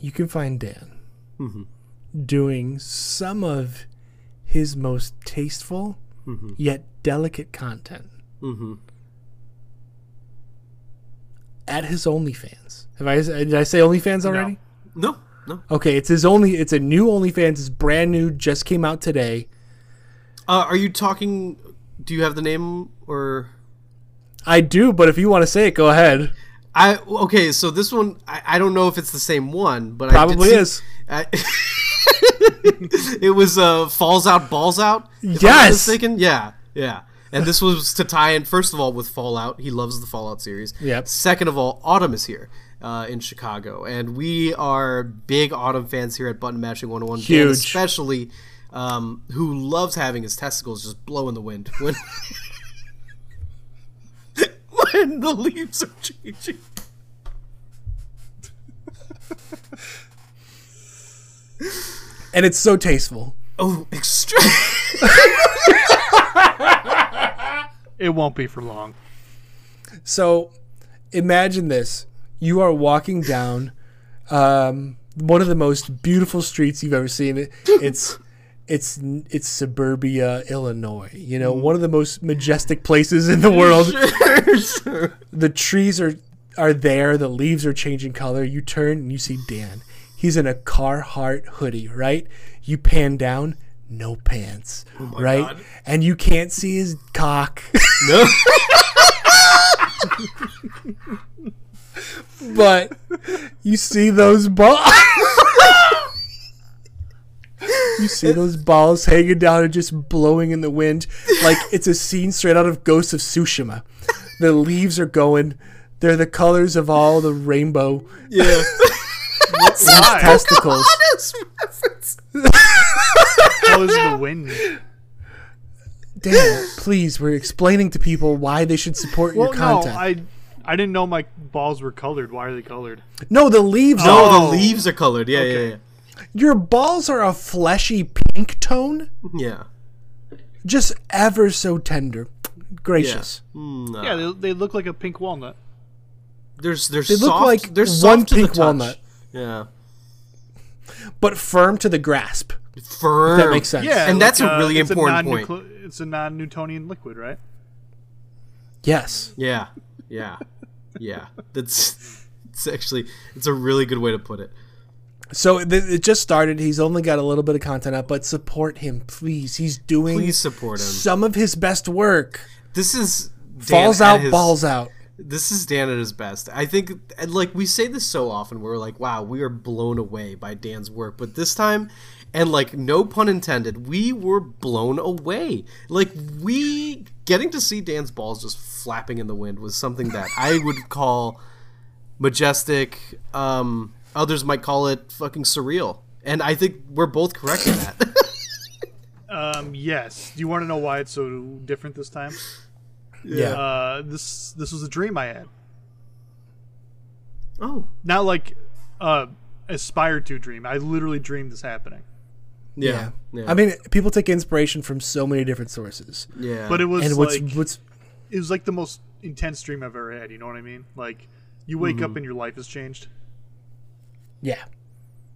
S1: You can find Dan doing some of his most tasteful yet delicate content at his OnlyFans. Have I did I say OnlyFans already?
S2: No, no.
S1: Okay, it's his only. It's a new OnlyFans. It's brand new. Just came out today.
S2: Uh, are you talking? Do you have the name or?
S1: I do, but if you want to say it, go ahead.
S2: I okay. So this one, I, I don't know if it's the same one, but
S1: Probably
S2: I did
S1: is.
S2: see- I, it was uh, falls out, balls out. if I'm not
S1: Yes!
S2: mistaken. Yeah, yeah. And this was to tie in first of all with Fallout. He loves the Fallout series.
S1: Yep.
S2: Second of all, autumn is here uh, in Chicago, and we are big autumn fans here at Button Mashing One Hundred One.
S1: Huge.
S2: especially. um, who loves having his testicles just blow in the wind when when the leaves are changing.
S1: and it's so tasteful.
S2: Oh, extra!
S3: It won't be for long.
S1: So imagine this. You are walking down um, one of the most beautiful streets you've ever seen. It- It's it's it's suburbia, Illinois. You know, one of the most majestic places in the world. The trees are are there, the leaves are changing color. You turn and you see Dan. He's in a Carhartt hoodie, right? You pan down, no pants, right?
S2: Oh God.
S1: And you can't see his cock.
S2: no,
S1: but you see those balls. you see those balls hanging down and just blowing in the wind, like it's a scene straight out of Ghost of Tsushima. The leaves are going; they're the colors of all the rainbow.
S2: yeah, Oh,
S3: Why?
S1: Testicles.
S3: How is the wind?
S1: Damn it! Please, we're explaining to people why they should support
S3: Well,
S1: your
S3: no,
S1: content. No,
S3: I I didn't know my balls were colored. Why are they colored?
S1: the leaves.
S2: no,
S1: Are,
S3: Oh.
S2: the leaves are colored. Yeah, yeah,
S1: your balls are a fleshy pink tone,
S2: yeah, yeah.
S1: just ever so tender, gracious.
S2: Mm, uh,
S3: Yeah, they, they look like a pink walnut.
S2: there's they're
S1: look
S2: soft,
S1: like
S2: they're
S1: one
S2: soft to the
S1: pink
S2: touch.
S1: walnut.
S2: Yeah,
S1: but firm to the grasp.
S2: firm.
S1: That makes sense.
S3: Yeah, uh,
S2: And that's a really
S3: it's
S2: important
S3: non-nucle- It's a non-Newtonian liquid, right?
S1: Yes.
S2: Yeah, yeah, yeah. That's it's actually it's a really good way to put it.
S1: So it, it just started. He's only got a little bit of content up, but support him, please. He's doing
S2: Please support him.
S1: some of his best work.
S2: This is Dan
S1: Falls
S2: at
S1: out,
S2: his-
S1: balls out.
S2: This is Dan at his best. I think, and like we say this so often, we're like, wow, we are blown away by Dan's work, but this time. And like no pun intended, we were blown away. Like we getting to see Dan's balls just flapping in the wind was something that I would call majestic. Um, others might call it fucking surreal, and I think we're both correct in that.
S3: Um, yes. Do you want to know why it's so different this time?
S1: Yeah.
S3: Uh, this this was a dream I had.
S2: oh,
S3: Not like uh, aspired to dream. I literally dreamed this happening.
S2: yeah,
S1: I mean, people take inspiration from so many different sources.
S2: yeah,
S3: But it was
S1: And what's
S3: like
S1: what's
S3: it was like the most intense dream I've ever had. You know what I mean? Like you wake
S1: Mm-hmm.
S3: up and your life has changed.
S1: yeah,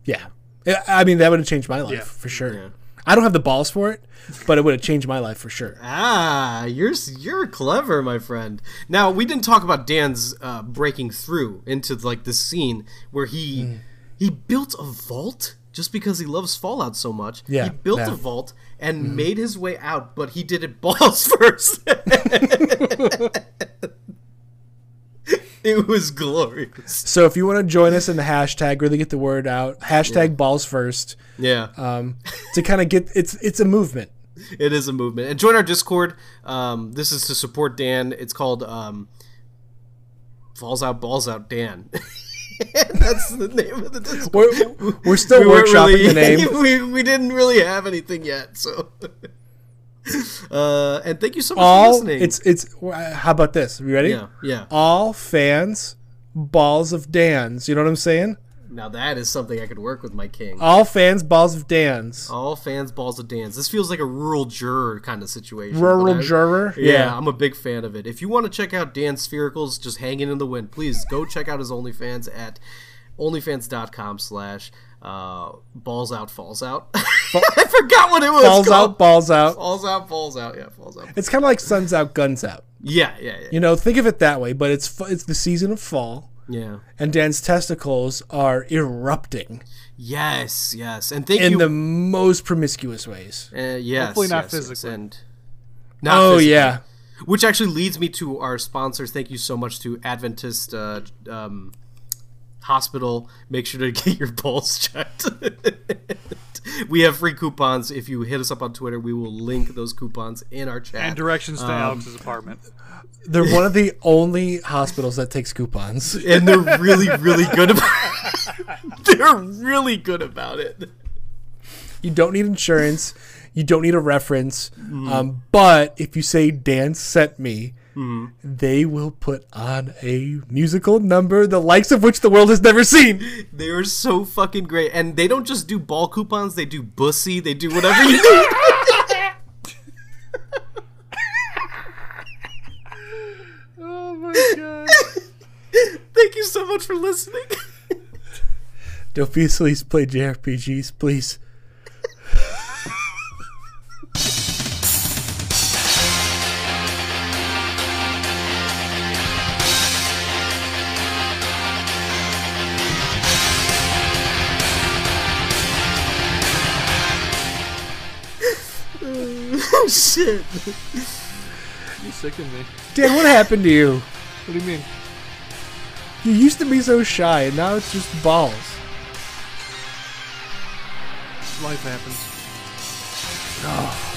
S1: yeah. I- I mean, that would have changed my life
S3: Yeah.
S1: for sure.
S2: Yeah.
S1: I don't have the balls for it, but it would have changed my life for sure.
S2: Ah, you're s- you're clever, my friend. Now we didn't talk about Dan's uh, breaking through into like this scene where he
S1: Hmm.
S2: he built a vault just because he loves Fallout so much.
S1: Yeah,
S2: he built
S1: yeah. Mm-hmm.
S2: a vault and made his way out, but he did it balls first. it was glorious.
S1: So if you want to join us in the hashtag, really get the word out. Hashtag balls first um,
S2: Yeah,
S1: Uh, to kind of get it's it's a movement.
S2: it is a movement. And join our Discord. Um, this is to support Dan. It's called um, Falls Out Balls Out Dan. That's the name of the Discord.
S1: We're, we're still
S2: weren't
S1: workshopping
S2: really-
S1: the name.
S2: we, we didn't really have anything yet, so. uh, and thank you so much for
S1: all
S2: listening.
S1: it's it's uh, how about this you ready
S2: yeah, yeah.
S1: all fans balls of dans you know what i'm saying
S2: Now that is something I could work with my king.
S1: all fans balls of dans
S2: All fans, balls of dance. This feels like a rural juror kind of situation.
S1: rural
S2: but I-
S1: juror
S2: Yeah, I'm a big fan of it. If you want to check out Dan Sphericals just hanging in the wind, please go check out his OnlyFans at onlyfans.com slash uh, balls out falls out. I forgot what it was
S1: balls
S2: called.
S1: out balls out
S2: Falls out, falls out. Yeah, falls out.
S1: it's kind of like suns out guns out
S2: Yeah, yeah, yeah.
S1: you know think of it that way but it's f- it's the season of fall
S2: yeah.
S1: and dan's testicles are erupting
S2: Yes, yes. And thank
S1: in
S2: you.
S1: the most promiscuous ways
S2: uh, yes,
S3: Hopefully not
S2: yes, yes,
S3: physically.
S2: and not
S1: oh
S2: physically.
S1: yeah
S2: Which actually leads me to our sponsors. Thank you so much to Adventist uh, um, Hospital. Make sure to get your balls checked. we have free coupons. If you hit us up on Twitter, we will link those coupons in our chat.
S3: And directions to
S1: Um,
S3: Alex's apartment.
S1: they're one of the only hospitals that takes coupons
S2: and they're really, really good about. they're really good about it.
S1: You don't need insurance. You don't need a reference.
S3: Mm-hmm.
S1: Um, but if you say Dan sent me,
S3: Mm-hmm.
S1: they will put on a musical number the likes of which the world has never seen.
S2: They are so fucking great, and they don't just do ball coupons. They do bussy. They do whatever you need.
S3: Oh my god.
S2: Thank you so much for listening.
S1: Don't be silly. Play JRPGs, please.
S2: Shit.
S3: You sicken me.
S1: Dan, what happened to you?
S3: What do you mean?
S1: You used to be so shy, and now it's just balls.
S3: Life happens.